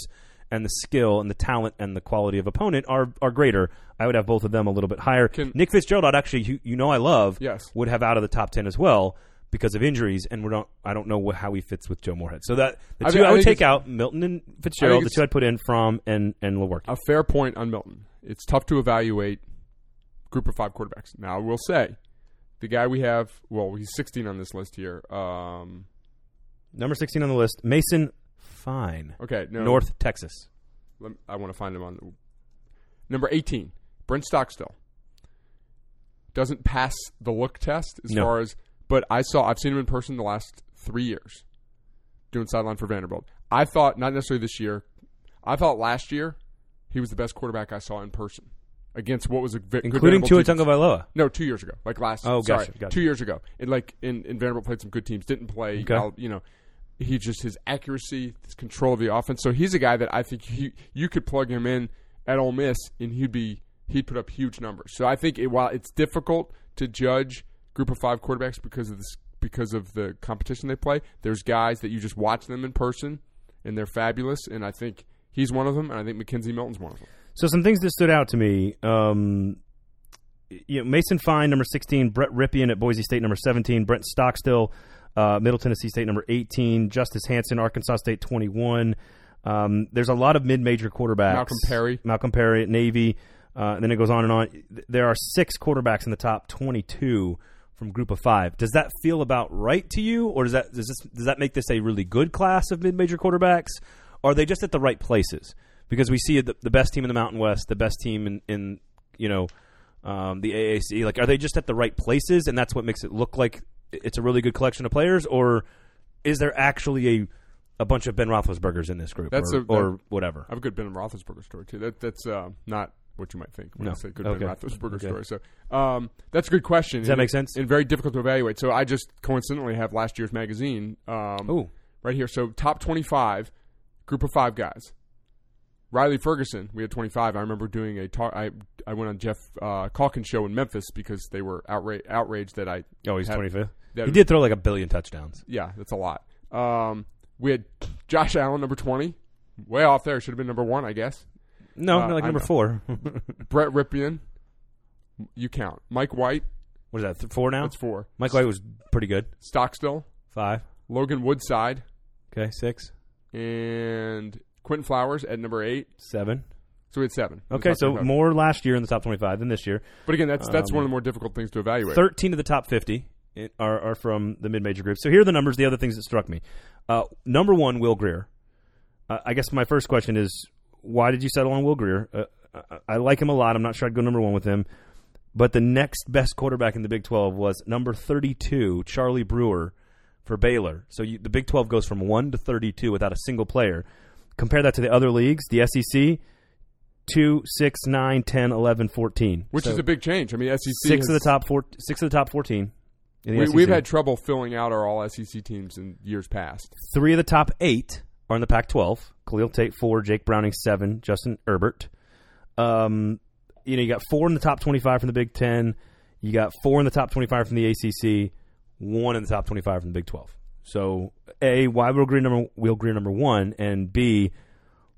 [SPEAKER 1] and the skill and the talent and the quality of opponent are are greater. I would have both of them a little bit higher.
[SPEAKER 2] Can-
[SPEAKER 1] Nick Fitzgerald, I'd actually, you, you know, I love
[SPEAKER 2] Yes.
[SPEAKER 1] would have out of the top ten as well because of injuries, and we don't. I don't know wh- how he fits with Joe Moorhead. So that the
[SPEAKER 2] I
[SPEAKER 1] two I,
[SPEAKER 2] think- I
[SPEAKER 1] would
[SPEAKER 2] think
[SPEAKER 1] take
[SPEAKER 2] it's-
[SPEAKER 1] out Milton and Fitzgerald. The
[SPEAKER 2] it's- Uh,
[SPEAKER 1] two I'd put in Fromm and and Lewerke.
[SPEAKER 2] A fair point on Milton. It's tough to evaluate group of five quarterbacks. Now, I will say, the guy we have, well, he's 16 on this list here. Um,
[SPEAKER 1] Number sixteen on the list, Mason Fine,
[SPEAKER 2] okay, no,
[SPEAKER 1] North Texas.
[SPEAKER 2] Lem- I want to find him on number 18, Brent Stockstill. doesn't pass the look test as
[SPEAKER 1] No.
[SPEAKER 2] far as. But I saw I've seen him in person the last three years, doing sideline for Vanderbilt. I thought not necessarily this year. I thought last year he was the best quarterback I saw in person against what was a ve- good
[SPEAKER 1] including Tua
[SPEAKER 2] Vanderbilt defense.
[SPEAKER 1] Tagovailoa.
[SPEAKER 2] No, two years ago, like last.
[SPEAKER 1] Oh,
[SPEAKER 2] sorry,
[SPEAKER 1] gotcha, gotcha.
[SPEAKER 2] two years ago, and like in, in Vanderbilt played some good teams. Didn't play,
[SPEAKER 1] Okay.
[SPEAKER 2] Al- you know, he just his accuracy, his control of the offense. So he's a guy that I think he you could plug him in at Ole Miss, and he'd be he'd put up huge numbers. So I think it, while it's difficult to judge group of five quarterbacks because of this because of the competition they play, there's guys that you just watch them in person, and they're fabulous, and I think. He's one of them, and I think Mackenzie Milton's one of them.
[SPEAKER 1] So some things that stood out to me. Um, you know, Mason Fine, number 16, Brett Ripien at Boise State, number 17, Brent Stockstill, uh, Middle Tennessee State, number 18, Justice Hanson, Arkansas State, 21. Um, there's a lot of mid-major quarterbacks.
[SPEAKER 2] Malcolm Perry.
[SPEAKER 1] Malcolm Perry at Navy. Uh, and then it goes on and on. Th- There are six quarterbacks in the top 22 from group of five. Does that feel about right to you, or does that does this does that make this a really good class of mid-major quarterbacks? Are they just at the right places? Because we see the, the best team in the Mountain West, the best team in, in you know um, the AAC. Like, are they just at the right places, and that's what makes it look like it's a really good collection of players, or is there actually a a bunch of Ben Roethlisberger's in this group,
[SPEAKER 2] That's
[SPEAKER 1] or,
[SPEAKER 2] a-
[SPEAKER 1] or whatever?
[SPEAKER 2] I have a good Ben Roethlisberger story too. That that's uh, not what you might think when
[SPEAKER 1] No.
[SPEAKER 2] I say good
[SPEAKER 1] Okay.
[SPEAKER 2] Ben Roethlisberger
[SPEAKER 1] Okay.
[SPEAKER 2] story. So um, that's a good question.
[SPEAKER 1] Does that make sense?
[SPEAKER 2] And very difficult to evaluate. So I just coincidentally have last year's magazine um,
[SPEAKER 1] Ooh,
[SPEAKER 2] right here. So top twenty-five, group of five guys. Riley Ferguson, we had twenty-five. I remember doing a talk. I I went on Jeff uh, Calkins show in Memphis because they were outra- outraged that I
[SPEAKER 1] oh, he's
[SPEAKER 2] Had-
[SPEAKER 1] twenty fifth.
[SPEAKER 2] that
[SPEAKER 1] He did throw like a billion touchdowns.
[SPEAKER 2] yeah, that's a lot. Um, we had Josh Allen, number twenty, way off there. Should have been number one, I guess.
[SPEAKER 1] No,
[SPEAKER 2] Uh,
[SPEAKER 1] like
[SPEAKER 2] I
[SPEAKER 1] number
[SPEAKER 2] know.
[SPEAKER 1] four.
[SPEAKER 2] Brett Ripien, you count. Mike White,
[SPEAKER 1] what is that? Th- four now.
[SPEAKER 2] that's four.
[SPEAKER 1] Mike White was pretty good.
[SPEAKER 2] Stockstill,
[SPEAKER 1] Five.
[SPEAKER 2] Logan Woodside,
[SPEAKER 1] Okay, six,
[SPEAKER 2] and Quentin Flowers at number eight.
[SPEAKER 1] seven.
[SPEAKER 2] So we had seven.
[SPEAKER 1] Okay,
[SPEAKER 2] That's
[SPEAKER 1] so
[SPEAKER 2] not bad.
[SPEAKER 1] more last year in the top twenty five than this year.
[SPEAKER 2] but again, that's that's
[SPEAKER 1] um,
[SPEAKER 2] one of the more difficult things to evaluate.
[SPEAKER 1] 13 of the top 50 in- are, are from the mid-major group. So here are the numbers, the other things that struck me. Uh, number one, Will Greer. Uh, I guess my first question is, why did you settle on Will Greer? Uh, I, I like him a lot. I'm not sure I'd go number one with him. But the next best quarterback in the Big 12 was number 32, Charlie Brewer for Baylor. So you, the Big 12 goes from 1 to 32 without a single player. Compare that to the other leagues, the E SEC, 2, 6, 9, 10, 11, 14.
[SPEAKER 2] which
[SPEAKER 1] So-
[SPEAKER 2] is a big change. I mean, SEC
[SPEAKER 1] six of the
[SPEAKER 2] has-
[SPEAKER 1] top four, six of the top fourteen. In the E
[SPEAKER 2] We,
[SPEAKER 1] SEC.
[SPEAKER 2] we've had trouble filling out our all SEC teams in years past.
[SPEAKER 1] three of the top eight are in the Pac-12. Khalil Tate four, Jake Browning seven, Justin Herbert. Um, you know, you got four in the top twenty-five from the Big Ten. You got four in the top twenty-five from the ACC. One in the top twenty-five from the Big Twelve. So, a why will Greer number will Greer number one, and b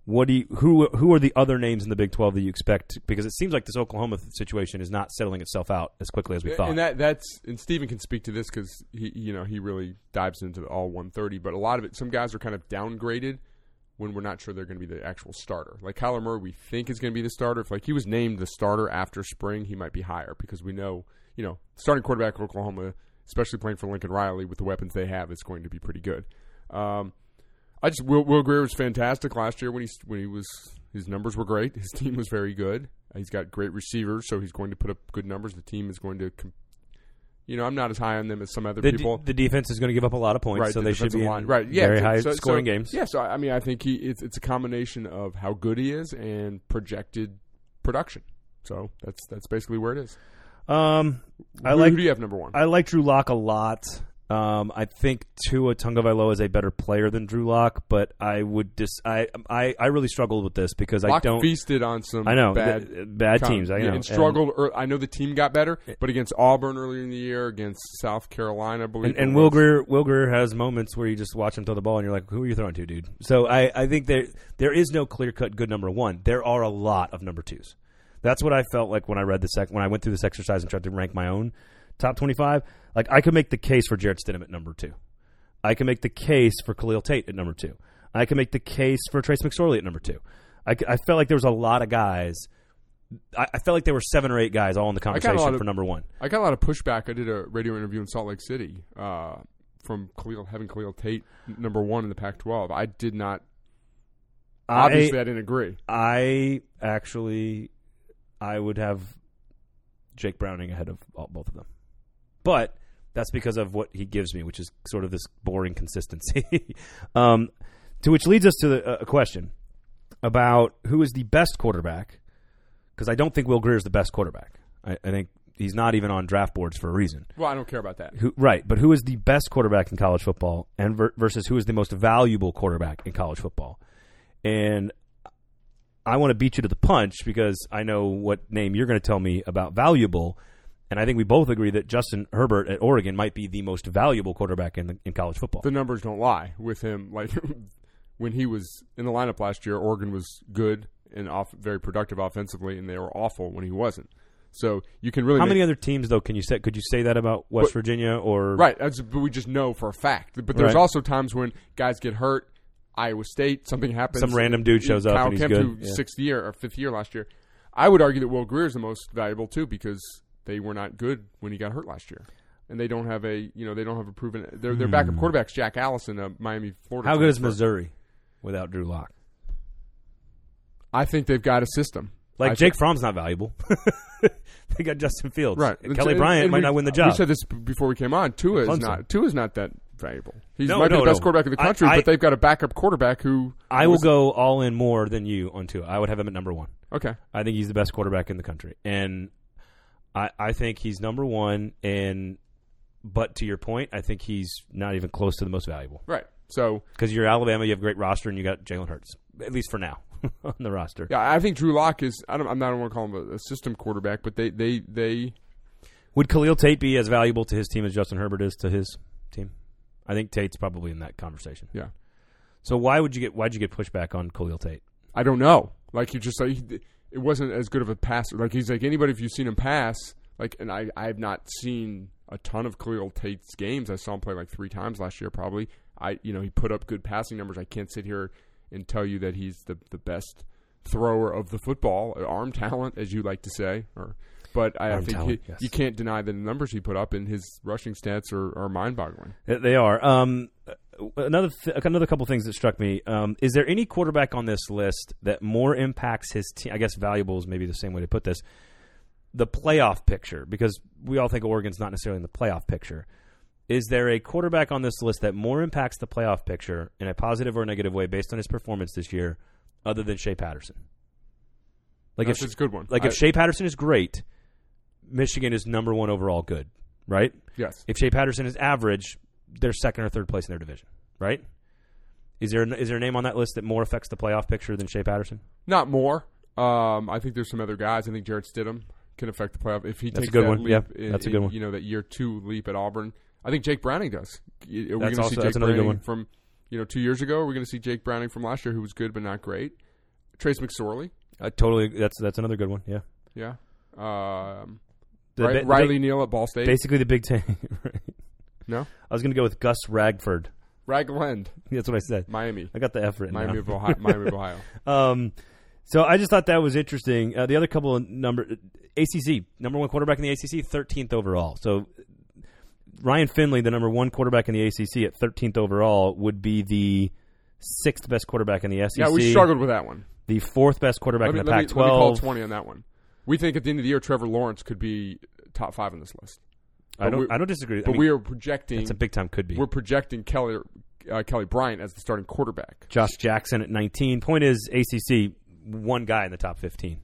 [SPEAKER 1] what do you, who who are the other names in the Big Twelve that you expect? Because it seems like this Oklahoma situation is not settling itself out as quickly as we thought.
[SPEAKER 2] And that that's and Steven can speak to this because he you know he really dives into the all 130. But a lot of it, some guys are kind of downgraded when we're not sure they're going to be the actual starter. Like Kyler Murray, we think is going to be the starter. If like he was named the starter after spring, he might be higher because we know you know starting quarterback of Oklahoma, especially playing for Lincoln Riley with the weapons they have, is going to be pretty good. Um, I just Will, Will Greer was fantastic last year when he when he was his numbers were great. His team was very good. He's got great receivers, so he's going to put up good numbers. The team is going to, com- you know, I'm not as high on them as some other
[SPEAKER 1] the,
[SPEAKER 2] people.
[SPEAKER 1] de- the defense is going to give up a lot of points, so
[SPEAKER 2] the
[SPEAKER 1] they should
[SPEAKER 2] defensive
[SPEAKER 1] be in
[SPEAKER 2] line. right. Yeah,
[SPEAKER 1] very
[SPEAKER 2] so-
[SPEAKER 1] high
[SPEAKER 2] so- so-
[SPEAKER 1] scoring games.
[SPEAKER 2] Yeah, so I mean, I think he it's, it's a combination of how good he is and projected production. So that's that's basically where it is.
[SPEAKER 1] Um, I
[SPEAKER 2] who,
[SPEAKER 1] like
[SPEAKER 2] who do you have number one?
[SPEAKER 1] I like Drew Lock a lot. Um, I think Tua Tungavailoa is a better player than Drew Lock, but I would dis- I, I I really struggled with this because I
[SPEAKER 2] Locke
[SPEAKER 1] don't.
[SPEAKER 2] feasted on some
[SPEAKER 1] I know
[SPEAKER 2] bad
[SPEAKER 1] th- bad
[SPEAKER 2] Con-
[SPEAKER 1] teams. I know
[SPEAKER 2] and struggled. ear- I know the team got better, but against Auburn earlier in the year, against South Carolina, I believe.
[SPEAKER 1] And,
[SPEAKER 2] it
[SPEAKER 1] and Will
[SPEAKER 2] was.
[SPEAKER 1] Greer, Will Greer has moments where you just watch him throw the ball, and you're like, "Who are you throwing to, dude?" So I, I think there there is no clear cut good number one. There are a lot of number twos. That's what I felt like when I read the sec- when I went through this exercise and tried to rank my own top twenty five. Like I could make the case for Jarrett Stidham at number two. I can make the case for Khalil Tate at number two. I can make the case for Trace McSorley at number two. I, c- I felt like there was a lot of guys. I, I felt like there were seven or eight guys all in the
[SPEAKER 2] got a lot
[SPEAKER 1] conversation
[SPEAKER 2] of-
[SPEAKER 1] for number one.
[SPEAKER 2] I got a lot of pushback. I did a radio interview in Salt Lake City uh, from Khalil, having Khalil Tate n- number one in the Pac-12. I did not.
[SPEAKER 1] I-
[SPEAKER 2] Obviously, I, didn't agree.
[SPEAKER 1] I actually, I would have Jake Browning ahead of all, both of them. But that's because of what he gives me, which is sort of this boring consistency. um, to which leads us to the, a question about who is the best quarterback, because I don't think Will Greer is the best quarterback. I, I think he's not even on draft boards for a reason.
[SPEAKER 2] Well, I don't care about that.
[SPEAKER 1] Who, right, but who is the best quarterback in college football, and ver- versus who is the most valuable quarterback in college football? And I want to beat you to the punch because I know what name you're going to tell me about valuable, and I think we both agree that Justin Herbert at Oregon might be the most valuable quarterback in the, in college football.
[SPEAKER 2] The numbers don't lie with him. Like when he was in the lineup last year, Oregon was good and off very productive offensively, and they were awful when he wasn't. So you can really
[SPEAKER 1] How
[SPEAKER 2] make-
[SPEAKER 1] many other teams though can you say? Could you say that about West
[SPEAKER 2] But-
[SPEAKER 1] Virginia or
[SPEAKER 2] Right. That's, but we just know for a fact. But there's
[SPEAKER 1] Right.
[SPEAKER 2] also times when guys get hurt. Iowa State, something happens.
[SPEAKER 1] Some random dude shows up
[SPEAKER 2] Kyle
[SPEAKER 1] and he's
[SPEAKER 2] Kemp,
[SPEAKER 1] good.
[SPEAKER 2] who
[SPEAKER 1] Yeah.
[SPEAKER 2] sixth year or fifth year last year. I would argue that Will Greer is the most valuable too because they were not good when he got hurt last year, and they don't have a you know they don't have a proven their their backup quarterback's Jack Allison, a Miami Florida.
[SPEAKER 1] Hmm. How good is
[SPEAKER 2] transfer.
[SPEAKER 1] Missouri without Drew Lock?
[SPEAKER 2] I think they've got a system.
[SPEAKER 1] Like
[SPEAKER 2] I
[SPEAKER 1] Jake Fromm's not valuable. they got Justin Fields.
[SPEAKER 2] Right.
[SPEAKER 1] Kelly
[SPEAKER 2] And-
[SPEAKER 1] Bryant
[SPEAKER 2] and
[SPEAKER 1] might
[SPEAKER 2] we- uh,
[SPEAKER 1] not win the job.
[SPEAKER 2] We said this b- before we came on. Tua is
[SPEAKER 1] Clemson.
[SPEAKER 2] not Tua is not that valuable. He's
[SPEAKER 1] No,
[SPEAKER 2] might be
[SPEAKER 1] no,
[SPEAKER 2] the best
[SPEAKER 1] no.
[SPEAKER 2] quarterback in the
[SPEAKER 1] I-
[SPEAKER 2] country,
[SPEAKER 1] I-
[SPEAKER 2] but they've got a backup quarterback who
[SPEAKER 1] I will
[SPEAKER 2] was-
[SPEAKER 1] go all in more than you on Tua. I would have him at number one.
[SPEAKER 2] Okay.
[SPEAKER 1] I think he's the best quarterback in the country, and I I think he's number one. And but to your point, I think he's not even close to the most valuable
[SPEAKER 2] Right. So
[SPEAKER 1] because you're Alabama, you have a great roster, and you got Jalen Hurts at least for now on the roster.
[SPEAKER 2] yeah, I think Drew Lock is. I don't. I'm not want to call him a, a system quarterback, but they they they.
[SPEAKER 1] Would Khalil Tate be as valuable to his team as Justin Herbert is to his team? I think Tate's probably in that conversation.
[SPEAKER 2] Yeah.
[SPEAKER 1] So why would you get why'd you get pushback on Khalil Tate?
[SPEAKER 2] I don't know. Like you just like he- it wasn't as good of a passer. Like he's like anybody. If you've seen him pass, like and I I have not seen a ton of Khalil Tate's games. I saw him play like three times last year. Probably I you know he put up good passing numbers. I can't sit here and tell you that he's the the best thrower of the football, arm talent as you like to say, or. But I, I
[SPEAKER 1] Arm
[SPEAKER 2] think
[SPEAKER 1] talent,
[SPEAKER 2] he,
[SPEAKER 1] yes.
[SPEAKER 2] you can't deny that the numbers he put up and his rushing stats are, are mind-boggling.
[SPEAKER 1] Uh, They are. Um, uh, another th- another couple things that struck me. Um, is there any quarterback on this list that more impacts his team? I guess valuable is maybe the same way to put this. The playoff picture, because we all think Oregon's not necessarily in the playoff picture. Is there a quarterback on this list that more impacts the playoff picture in a positive or negative way based on his performance this year, other than Shea Patterson? Like
[SPEAKER 2] That's
[SPEAKER 1] if
[SPEAKER 2] a good one.
[SPEAKER 1] like
[SPEAKER 2] I-
[SPEAKER 1] if Shea Patterson is great, Michigan is number one overall good, right?
[SPEAKER 2] Yes.
[SPEAKER 1] If Shea Patterson is average, they're second or third place in their division, right? Is there is there a name on that list that more affects the playoff picture than Shea Patterson?
[SPEAKER 2] Not more. Um, I think there's some other guys. I think Jared Stidham can affect the playoff if he
[SPEAKER 1] That's a
[SPEAKER 2] takes
[SPEAKER 1] good
[SPEAKER 2] that
[SPEAKER 1] one.
[SPEAKER 2] leap.
[SPEAKER 1] Yeah,
[SPEAKER 2] in-
[SPEAKER 1] that's a good
[SPEAKER 2] in,
[SPEAKER 1] one.
[SPEAKER 2] You know that year two leap at Auburn. I think Jake Browning does. Y- Are we
[SPEAKER 1] That's
[SPEAKER 2] going to
[SPEAKER 1] also-
[SPEAKER 2] see Jake
[SPEAKER 1] that's another good
[SPEAKER 2] Browning
[SPEAKER 1] one.
[SPEAKER 2] from you know two years ago? Are we going to see Jake Browning from last year, who was good but not great? Trace McSorley.
[SPEAKER 1] I totally. That's that's another good one. Yeah,
[SPEAKER 2] Yeah. Um,
[SPEAKER 1] The-
[SPEAKER 2] Ri-
[SPEAKER 1] the-
[SPEAKER 2] Riley Neal at Ball State.
[SPEAKER 1] Basically, the Big Ten. right.
[SPEAKER 2] No.
[SPEAKER 1] I was going to go with Gus Ragford.
[SPEAKER 2] Ragland,
[SPEAKER 1] That's what I said.
[SPEAKER 2] Miami.
[SPEAKER 1] I got the effort.
[SPEAKER 2] Miami of Ohio. Miami of Ohio.
[SPEAKER 1] Um, so I just thought that was interesting. Uh, the other couple of number ACC number one quarterback in the ACC, thirteenth overall. So Ryan Finley, the number one quarterback in the ACC at thirteenth overall, would be the sixth best quarterback in the SEC.
[SPEAKER 2] Yeah, we struggled with that one.
[SPEAKER 1] The fourth best quarterback
[SPEAKER 2] Let me,
[SPEAKER 1] in the
[SPEAKER 2] let, me, let me call
[SPEAKER 1] Pac-12.
[SPEAKER 2] twenty on that one. We think at the end of the year, Trevor Lawrence could be top five on this list.
[SPEAKER 1] I don't.
[SPEAKER 2] but we-
[SPEAKER 1] I don't disagree.
[SPEAKER 2] But we are projecting
[SPEAKER 1] it's a big time could be.
[SPEAKER 2] we're projecting Kelly uh, Kelly Bryant as the starting quarterback.
[SPEAKER 1] Josh Jackson at nineteen. Point is ACC one guy in the top fifteen.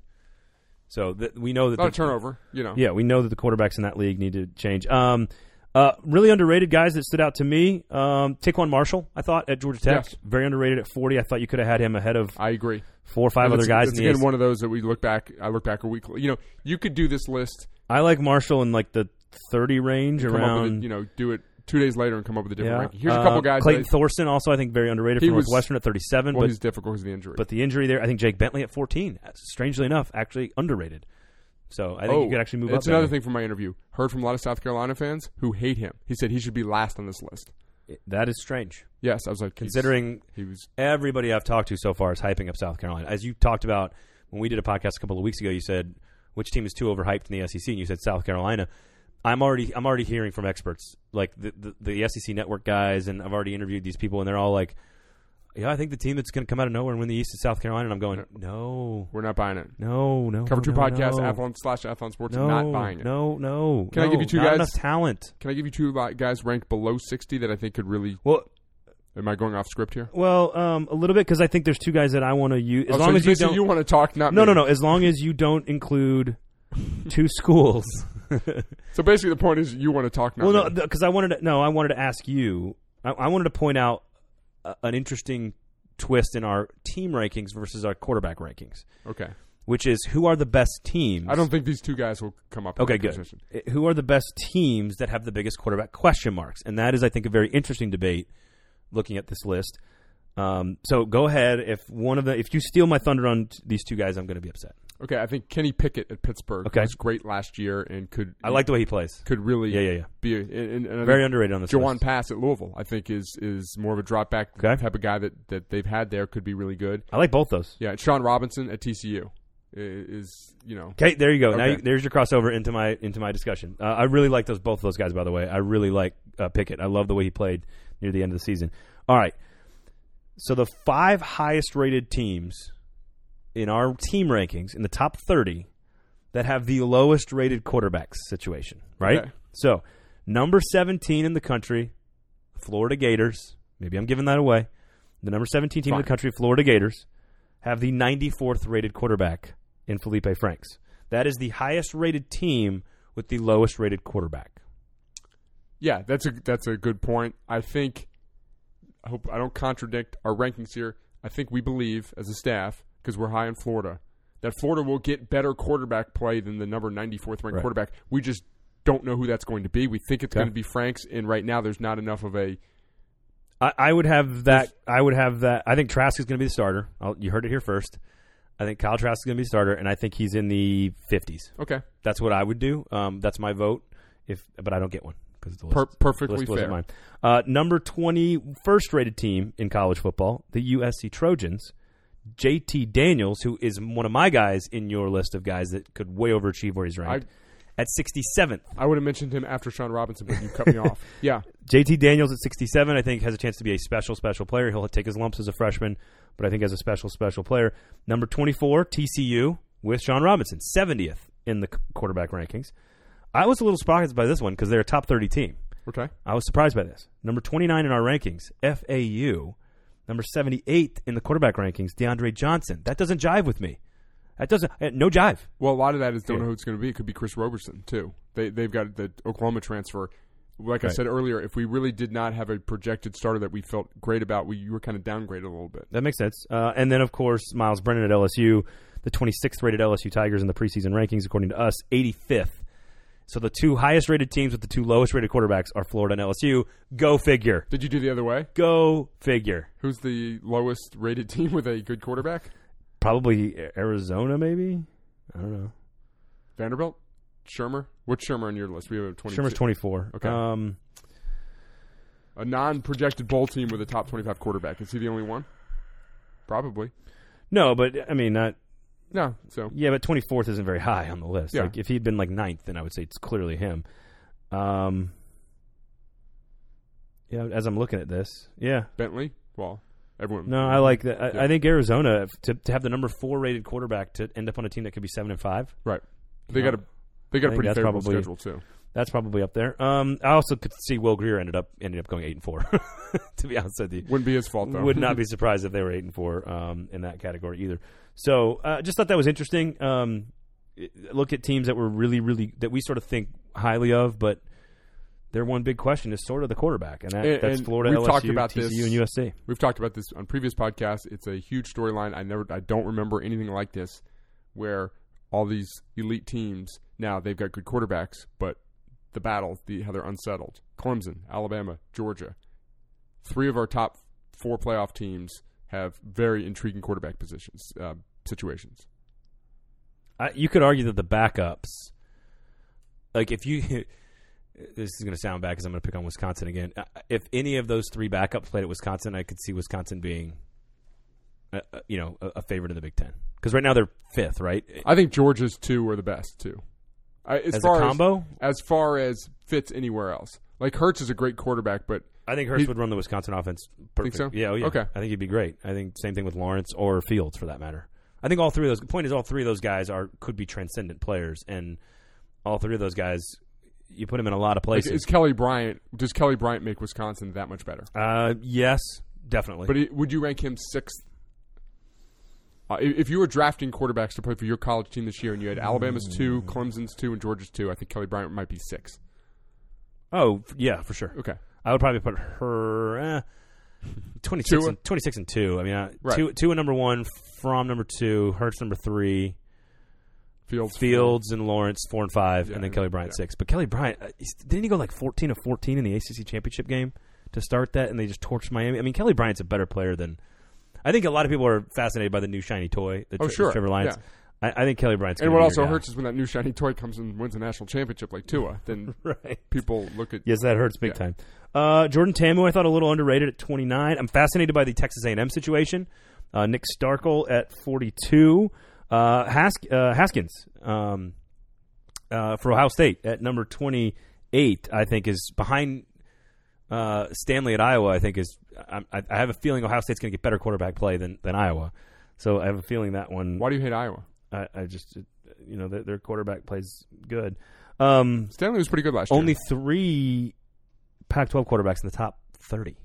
[SPEAKER 1] So th- we know that
[SPEAKER 2] Not a
[SPEAKER 1] the-
[SPEAKER 2] turnover, you know.
[SPEAKER 1] Yeah, we know that the quarterbacks in that league need to change. Um, uh, really underrated guys that stood out to me. Um, Taquan Marshall, I thought at Georgia Tech,
[SPEAKER 2] Yes.
[SPEAKER 1] very underrated at forty. I thought you could have had him ahead of
[SPEAKER 2] I agree.
[SPEAKER 1] four or five
[SPEAKER 2] And
[SPEAKER 1] other
[SPEAKER 2] it's-
[SPEAKER 1] guys. In
[SPEAKER 2] It's
[SPEAKER 1] the
[SPEAKER 2] again
[SPEAKER 1] AC.
[SPEAKER 2] one of those that we look back. I look back a week. You know, you could do this list,
[SPEAKER 1] I like Marshall in like the thirty range
[SPEAKER 2] come up with
[SPEAKER 1] around.
[SPEAKER 2] it, you know, do it two days later and come up with a different
[SPEAKER 1] yeah.
[SPEAKER 2] ranking. Here's
[SPEAKER 1] Uh,
[SPEAKER 2] a couple guys.
[SPEAKER 1] Clayton
[SPEAKER 2] that,
[SPEAKER 1] Thorson, also I think very underrated
[SPEAKER 2] He
[SPEAKER 1] from
[SPEAKER 2] was-
[SPEAKER 1] Northwestern at thirty-seven,
[SPEAKER 2] well,
[SPEAKER 1] but
[SPEAKER 2] he's difficult because of the injury.
[SPEAKER 1] but the injury there, I think Jake Bentley at fourteen. uh, Strangely enough, actually underrated. So I think
[SPEAKER 2] oh,
[SPEAKER 1] you could actually move
[SPEAKER 2] That's
[SPEAKER 1] up.
[SPEAKER 2] another thing from my interview. Heard from a lot of South Carolina fans who hate him. He said he should be last on this list.
[SPEAKER 1] thing. That is strange,
[SPEAKER 2] Yes, I was like, he's-
[SPEAKER 1] considering
[SPEAKER 2] he was
[SPEAKER 1] everybody I've talked to so far is hyping up South Carolina. As you talked about when we did a podcast a couple of weeks ago, you said which team is too overhyped in the SEC, and you said South Carolina. I'm already I'm already hearing E from experts like the the, the SEC network guys, and I've already interviewed these people, and they're all like, yeah, I think the team that's going to come out of nowhere and win the East is South Carolina. And I'm going, no,
[SPEAKER 2] We're not buying it.
[SPEAKER 1] no, no.
[SPEAKER 2] Cover Two
[SPEAKER 1] no,
[SPEAKER 2] Podcast,
[SPEAKER 1] no.
[SPEAKER 2] Athlon slash Athlon Sports,
[SPEAKER 1] no,
[SPEAKER 2] not buying it.
[SPEAKER 1] No, no.
[SPEAKER 2] Can I
[SPEAKER 1] no,
[SPEAKER 2] give you two
[SPEAKER 1] not
[SPEAKER 2] guys?
[SPEAKER 1] Enough talent.
[SPEAKER 2] Can I give you two li- guys ranked below 60 that I think could really.
[SPEAKER 1] Well,
[SPEAKER 2] Am I going off script here?
[SPEAKER 1] well, um, a little bit because I think there's two guys that I want to use. As
[SPEAKER 2] Oh, so
[SPEAKER 1] long as you
[SPEAKER 2] basically
[SPEAKER 1] don't,
[SPEAKER 2] you want to talk, not
[SPEAKER 1] no,
[SPEAKER 2] me.
[SPEAKER 1] no, no. As long as you don't include two schools.
[SPEAKER 2] So basically, the point is you want to talk, not
[SPEAKER 1] well, no,
[SPEAKER 2] me.
[SPEAKER 1] because I wanted to. No, I wanted to ask you. I, I wanted to point out a, an interesting twist in our team rankings versus our quarterback rankings,
[SPEAKER 2] okay.
[SPEAKER 1] which is who are the best teams.
[SPEAKER 2] I don't think these two guys will come up. in
[SPEAKER 1] Okay,
[SPEAKER 2] that
[SPEAKER 1] good.
[SPEAKER 2] conversation.
[SPEAKER 1] Uh, Who are the best teams that have the biggest quarterback question marks? And that is, I think, a very interesting debate. Looking at this list, um, so go ahead. If one of the, if you steal my thunder on t- these two guys, I'm going to be upset.
[SPEAKER 2] Okay, I think Kenny Pickett at Pittsburgh
[SPEAKER 1] Okay.
[SPEAKER 2] was great last year and could
[SPEAKER 1] I like the way he plays.
[SPEAKER 2] could really
[SPEAKER 1] Yeah, yeah, yeah.
[SPEAKER 2] be a, and, and I
[SPEAKER 1] Very
[SPEAKER 2] think
[SPEAKER 1] underrated on this.
[SPEAKER 2] Jawan
[SPEAKER 1] list.
[SPEAKER 2] Pass at Louisville. I think is is more of a drop back
[SPEAKER 1] Okay.
[SPEAKER 2] type of guy that that they've had there could be really good.
[SPEAKER 1] I like both those.
[SPEAKER 2] Yeah, and Sean Robinson at TCU i- is you know
[SPEAKER 1] Okay, there you go. Now
[SPEAKER 2] Okay.
[SPEAKER 1] you, there's your crossover into my into my discussion. Uh, I really like those both of those guys. By the way, I really like uh, Pickett. I love the way he played near the end of the season. All right, so the five highest rated teams in our team rankings in the top 30 that have the lowest rated quarterbacks situation. Right.
[SPEAKER 2] Okay.
[SPEAKER 1] So number 17 in the country, Florida Gators. Maybe I'm giving that away. The number 17 team in the
[SPEAKER 2] Fine.
[SPEAKER 1] country, Florida Gators, have the 94th rated quarterback in Felipe Franks. That is the highest rated team with the lowest rated quarterback.
[SPEAKER 2] yeah that's a that's a good point. I think I hope I don't contradict our rankings here. I think we believe as a staff because we're high in Florida that Florida will get better quarterback play than the number 94th ranked
[SPEAKER 1] Right.
[SPEAKER 2] quarterback. We just don't know who that's going to be. We think it's
[SPEAKER 1] Okay.
[SPEAKER 2] going to be Franks, and right now there's not enough of a
[SPEAKER 1] I, I would have that. I would have that. I think Trask is going to be the starter. I'll, you heard it here first. I think Kyle Trask is going to be the starter, and I think he's in the 50s.
[SPEAKER 2] okay
[SPEAKER 1] That's what I would do. Um, that's my vote. If but I don't get one because the list,
[SPEAKER 2] per-
[SPEAKER 1] the
[SPEAKER 2] perfectly
[SPEAKER 1] list wasn't
[SPEAKER 2] fair.
[SPEAKER 1] mine. Uh, number 20 first rated team in college football, the USC Trojans. JT Daniels, who is one of my guys in your list of guys that could way overachieve where he's ranked at 67th.
[SPEAKER 2] I would have mentioned him after Sean Robinson, but you cut me off. Yeah,
[SPEAKER 1] JT Daniels at 67, I think, has a chance to be a special, special player. He'll take his lumps as a freshman, but I think as a special, special player. Number 24, TCU with Sean Robinson, 70th in the c- quarterback rankings. I was a little surprised by this one because they're a top 30 team.
[SPEAKER 2] okay.
[SPEAKER 1] I was surprised by this. Number 29 in our rankings, FAU. Number 78 in the quarterback rankings, DeAndre Johnson. That doesn't jive with me. That doesn't, eh, no jive.
[SPEAKER 2] Well, a lot of that is don't
[SPEAKER 1] Yeah.
[SPEAKER 2] know who it's going to be. It could be Chris Robertson too. They they've got the Oklahoma transfer. Like I
[SPEAKER 1] Right.
[SPEAKER 2] said earlier, if we really did not have a projected starter that we felt great about, we you were kind of downgraded a little bit.
[SPEAKER 1] That makes sense. Uh, and then, of course, Miles Brennan at LSU, the 26th rated LSU Tigers in the preseason rankings, according to us, 85th. So the two highest rated teams with the two lowest rated quarterbacks are Florida and LSU. Go figure.
[SPEAKER 2] Did you do the other way?
[SPEAKER 1] Go figure.
[SPEAKER 2] Who's the lowest rated team with a good quarterback?
[SPEAKER 1] Probably A- Arizona, maybe? I don't know.
[SPEAKER 2] Vanderbilt, Shermer. What's Shermer on your list? We have a twenty.
[SPEAKER 1] Shermer's 24.
[SPEAKER 2] Okay.
[SPEAKER 1] Um,
[SPEAKER 2] A non-projected bowl team with a top twenty-five quarterback. Is he the only one? Probably.
[SPEAKER 1] no, but, I mean, not.
[SPEAKER 2] No. So
[SPEAKER 1] Yeah, but 24th isn't very high on the list.
[SPEAKER 2] Yeah.
[SPEAKER 1] Like, if he'd been like ninth, then I would say it's clearly him. Um, yeah, as I'm looking at this, yeah,
[SPEAKER 2] Bentley. Well, everyone.
[SPEAKER 1] No, I like that. I,
[SPEAKER 2] Yeah.
[SPEAKER 1] I think Arizona if- to, to have the number four rated quarterback to end up on a team that could be seven and five.
[SPEAKER 2] Right. They
[SPEAKER 1] You
[SPEAKER 2] got
[SPEAKER 1] know,
[SPEAKER 2] a they
[SPEAKER 1] I
[SPEAKER 2] got a
[SPEAKER 1] think
[SPEAKER 2] pretty
[SPEAKER 1] that's
[SPEAKER 2] favorable
[SPEAKER 1] probably-
[SPEAKER 2] schedule too.
[SPEAKER 1] That's probably up there. Um, I also could see Will Greer ended up ended up going eight and four. to be honest with you,
[SPEAKER 2] Wouldn't be his fault though.
[SPEAKER 1] would not be surprised if they were eight and four um, in that category either. So uh, just thought that was interesting. Um, it- look at teams that were really, really that we sort of think highly of, but their one big question is sort of the quarterback, and, that,
[SPEAKER 2] And-
[SPEAKER 1] that's
[SPEAKER 2] and
[SPEAKER 1] Florida,
[SPEAKER 2] we've
[SPEAKER 1] LSU,
[SPEAKER 2] talked about
[SPEAKER 1] TCU,
[SPEAKER 2] this-
[SPEAKER 1] and USC.
[SPEAKER 2] We've talked about this on previous podcasts. It's a huge storyline. I never, I don't remember anything like this, where all these elite teams now they've got good quarterbacks, but the battle, the how they're unsettled. Clemson, Alabama, Georgia, three of our top four playoff teams have very intriguing quarterback positions uh, situations.
[SPEAKER 1] I, you could argue that the backups, like if you, this is going to sound bad because I'm going to pick on Wisconsin again. Uh, If any of those three backups played at Wisconsin, I could see Wisconsin being, uh, uh, you know, a, a favorite in the Big Ten because right now they're fifth, right?
[SPEAKER 2] I think Georgia's two are the best two. I, as,
[SPEAKER 1] As a
[SPEAKER 2] far
[SPEAKER 1] combo,
[SPEAKER 2] as as far as fits anywhere else, like Hertz is a great quarterback, but
[SPEAKER 1] I think Hurst
[SPEAKER 2] He-
[SPEAKER 1] would run the Wisconsin offense.
[SPEAKER 2] Think
[SPEAKER 1] Perfect.
[SPEAKER 2] so?
[SPEAKER 1] Yeah, oh, yeah.
[SPEAKER 2] Okay.
[SPEAKER 1] I think he'd be great. I think same thing with Lawrence or Fields for that matter. I think all three of those. The point is, all three of those guys are could be transcendent players, and all three of those guys, you put them in a lot of
[SPEAKER 2] Like,
[SPEAKER 1] places.
[SPEAKER 2] is Kelly Bryant? Does Kelly Bryant make Wisconsin that much better?
[SPEAKER 1] uh, yes, definitely.
[SPEAKER 2] But it, would you rank him sixth? Uh, i- if you were drafting quarterbacks to play for your college team this year, and you had Alabama's two,
[SPEAKER 1] Hmm.
[SPEAKER 2] Clemson's two, and Georgia's two, I think Kelly Bryant might be six.
[SPEAKER 1] oh, f- yeah, for sure.
[SPEAKER 2] Okay,
[SPEAKER 1] I would probably put her eh, 26,
[SPEAKER 2] Tua?
[SPEAKER 1] and, 26 and 2. I mean, uh,
[SPEAKER 2] Right.
[SPEAKER 1] two, two and number 1, From number 2, Hertz number 3,
[SPEAKER 2] Fields.
[SPEAKER 1] Fields and Lawrence 4 and 5,
[SPEAKER 2] Yeah,
[SPEAKER 1] and then
[SPEAKER 2] and-
[SPEAKER 1] Kelly Bryant
[SPEAKER 2] yeah.
[SPEAKER 1] 6. But Kelly Bryant, uh, he's- didn't he go like 14 of 14 in the ACC championship game to start that, and they just torched Miami? I mean, Kelly Bryant's a better player than. I think a lot of people are fascinated by the new shiny toy, the,
[SPEAKER 2] Oh,
[SPEAKER 1] Tre-
[SPEAKER 2] sure.
[SPEAKER 1] Trevor Lawrence. I, I think Kelly Bryant's
[SPEAKER 2] And
[SPEAKER 1] gonna
[SPEAKER 2] what
[SPEAKER 1] be
[SPEAKER 2] also
[SPEAKER 1] your guy.
[SPEAKER 2] hurts is when that new shiny toy comes and wins a national championship like Tua, then
[SPEAKER 1] Right.
[SPEAKER 2] people look at.
[SPEAKER 1] Yes, that hurts big
[SPEAKER 2] Yeah.
[SPEAKER 1] time. Uh, Jordan Tamu, I thought a little underrated at 29. I'm fascinated by the Texas A&M situation. Uh, Nick Starkel at 42. Uh, Hask- uh, Haskins um, uh, for Ohio State at number 28. I think is behind uh, Stanley at Iowa. I think is I, I I have a feeling Ohio State's going to get better quarterback play than than Iowa. So I have a feeling that one.
[SPEAKER 2] Why do you hate Iowa?
[SPEAKER 1] I, I just you know their, their quarterback plays good. Um,
[SPEAKER 2] Stanley was pretty good last
[SPEAKER 1] only
[SPEAKER 2] year.
[SPEAKER 1] three Pac-12 quarterbacks in the top 30.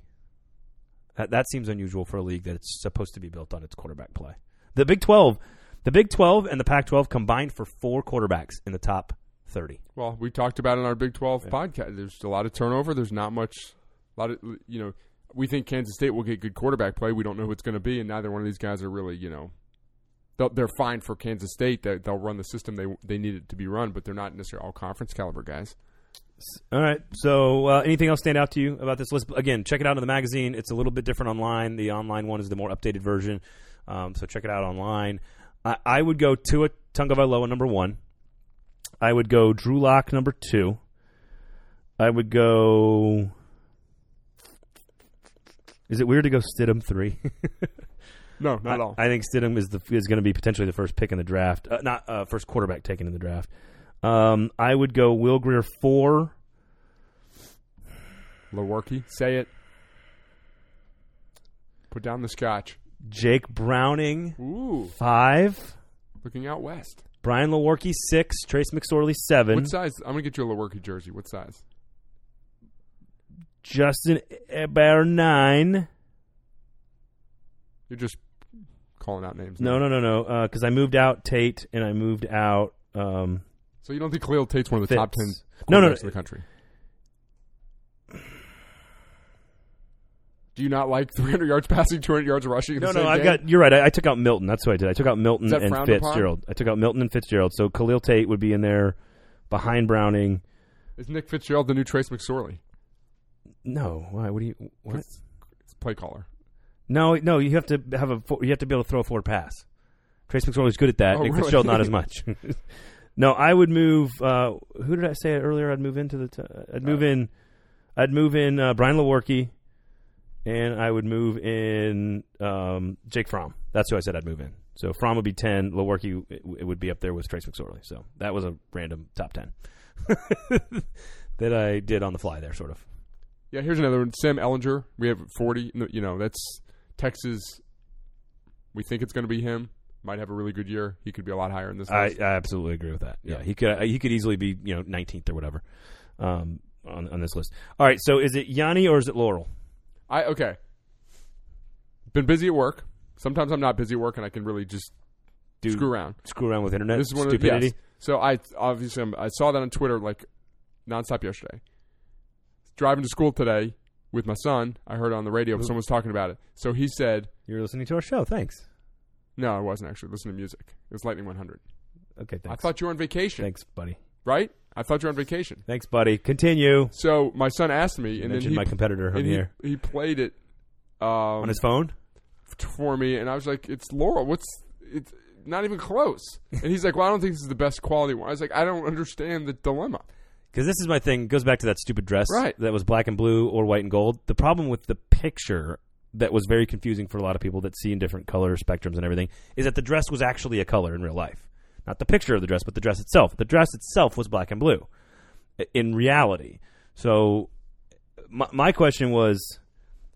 [SPEAKER 1] That, that seems unusual for a league that's supposed to be built on its quarterback play. The Big 12, the Big 12 and the Pac-12 combined for four quarterbacks in the top 30.
[SPEAKER 2] Well, we talked about in our Big Twelve podcast. There's a lot of turnover. There's not much. A lot of you know. We think Kansas State will get good quarterback play. We don't know who it's going to be, and neither one of these guys are really you know. they'll- They're fine for Kansas State. They- They'll run the system they they need it to be run, but they're not necessarily all conference caliber guys.
[SPEAKER 1] All right. So, uh, anything else stand out to you about this list? Again, check it out in the magazine. It's a little bit different online. The online one is the more updated version. Um, so check it out online. I, I would go Tua Tungavailoa number one. I would go Drew Lock number two. I would go. Is it weird to go Stidham three?
[SPEAKER 2] No, not at all.
[SPEAKER 1] I think Stidham is the is going to be potentially the first pick in the draft, uh, not uh, first quarterback taken in the draft. Um, I would go Will Greer four.
[SPEAKER 2] Lewerke, say it. Put down the scotch.
[SPEAKER 1] Jake Browning
[SPEAKER 2] Ooh,
[SPEAKER 1] five,
[SPEAKER 2] looking out west.
[SPEAKER 1] Brian Lewerke six, Trace McSorley seven,
[SPEAKER 2] What size? I'm gonna get you a Lewerke jersey. What size?
[SPEAKER 1] Justin Eber nine.
[SPEAKER 2] You're just calling out names.
[SPEAKER 1] No, no, no, no, because I moved out Tate and I moved out um,
[SPEAKER 2] So you don't think Khalil Tate's one of the
[SPEAKER 1] Fitz.
[SPEAKER 2] top ten
[SPEAKER 1] No, no,
[SPEAKER 2] quarterbacks in the country? Do you not like 300 yards passing, 200 yards rushing? in
[SPEAKER 1] no,
[SPEAKER 2] the
[SPEAKER 1] no.
[SPEAKER 2] same
[SPEAKER 1] I've
[SPEAKER 2] game?
[SPEAKER 1] got. You're right. I, I took out Milton. That's what I did. I took out Milton
[SPEAKER 2] Is that
[SPEAKER 1] and
[SPEAKER 2] frowned upon?
[SPEAKER 1] Fitzgerald. I took out Milton and Fitzgerald. So Khalil Tate would be in there behind Browning.
[SPEAKER 2] Is Nick Fitzgerald the new Trace McSorley?
[SPEAKER 1] No, why? What do you? What?
[SPEAKER 2] It's play caller.
[SPEAKER 1] No, no. You have to have a. fo- You have to be able to throw a forward pass. Trace McSorley's good at that.
[SPEAKER 2] Oh,
[SPEAKER 1] Nick
[SPEAKER 2] really?
[SPEAKER 1] Fitzgerald not as much. no, I would move. Uh, who did I say earlier? I'd move into the. T- I'd move
[SPEAKER 2] Uh,
[SPEAKER 1] in. I'd move in uh, Brian Lewerke, and I would move in um, Jake Fromm. That's who I said I'd move in. So Fromm would be ten. Lewerke it, it would be up there with Trace McSorley. So that was a random top ten that I did on the fly there, sort of.
[SPEAKER 2] Yeah, here's another one. Sam Ellinger. We have 40. No, You know, that's Texas. We think it's going to be him. Might have a really good year. He could be a lot higher in this.
[SPEAKER 1] I,
[SPEAKER 2] list.
[SPEAKER 1] I absolutely agree with that. Yeah,
[SPEAKER 2] Yeah.
[SPEAKER 1] he could uh, he could easily be you know 19th or whatever um, on on this list. All right, so is it Yanni or is it Laurel?
[SPEAKER 2] I okay. Been busy at work. Sometimes I'm not busy at work, and I can really just
[SPEAKER 1] Do
[SPEAKER 2] screw around.
[SPEAKER 1] screw around with internet
[SPEAKER 2] This is one
[SPEAKER 1] stupidity?
[SPEAKER 2] Of, yes. So I obviously I'm, I saw that on Twitter like nonstop yesterday. Driving to school today with my son, I heard on the radio someone was talking about it. So he said,
[SPEAKER 1] You're listening to our show. Thanks.
[SPEAKER 2] "No, I wasn't actually listening to music. It was Lightning 100.
[SPEAKER 1] Okay,
[SPEAKER 2] I
[SPEAKER 1] thanks.
[SPEAKER 2] thought you were on vacation,
[SPEAKER 1] thanks, buddy.
[SPEAKER 2] right? I thought you were on vacation."
[SPEAKER 1] Thanks, buddy. Continue.
[SPEAKER 2] So my son asked me, and then
[SPEAKER 1] Mentioned
[SPEAKER 2] he,
[SPEAKER 1] my competitor on
[SPEAKER 2] and
[SPEAKER 1] the
[SPEAKER 2] he,
[SPEAKER 1] air
[SPEAKER 2] he played it um,
[SPEAKER 1] on his phone.
[SPEAKER 2] for me, and I was like, "It's Laurel. What's it's not even close." And he's like, "Well, I don't think this is the best quality one." I was like, "I don't understand the dilemma."
[SPEAKER 1] Because this is my thing. Goes back to that stupid dress
[SPEAKER 2] Right.
[SPEAKER 1] that was black and blue or white and gold. The problem with the picture that was very confusing for a lot of people that see in different color spectrums and everything is that the dress was actually a color in real life, not the picture of the dress, but the dress itself. The dress itself was black and blue i- in reality. So uh, my, my question was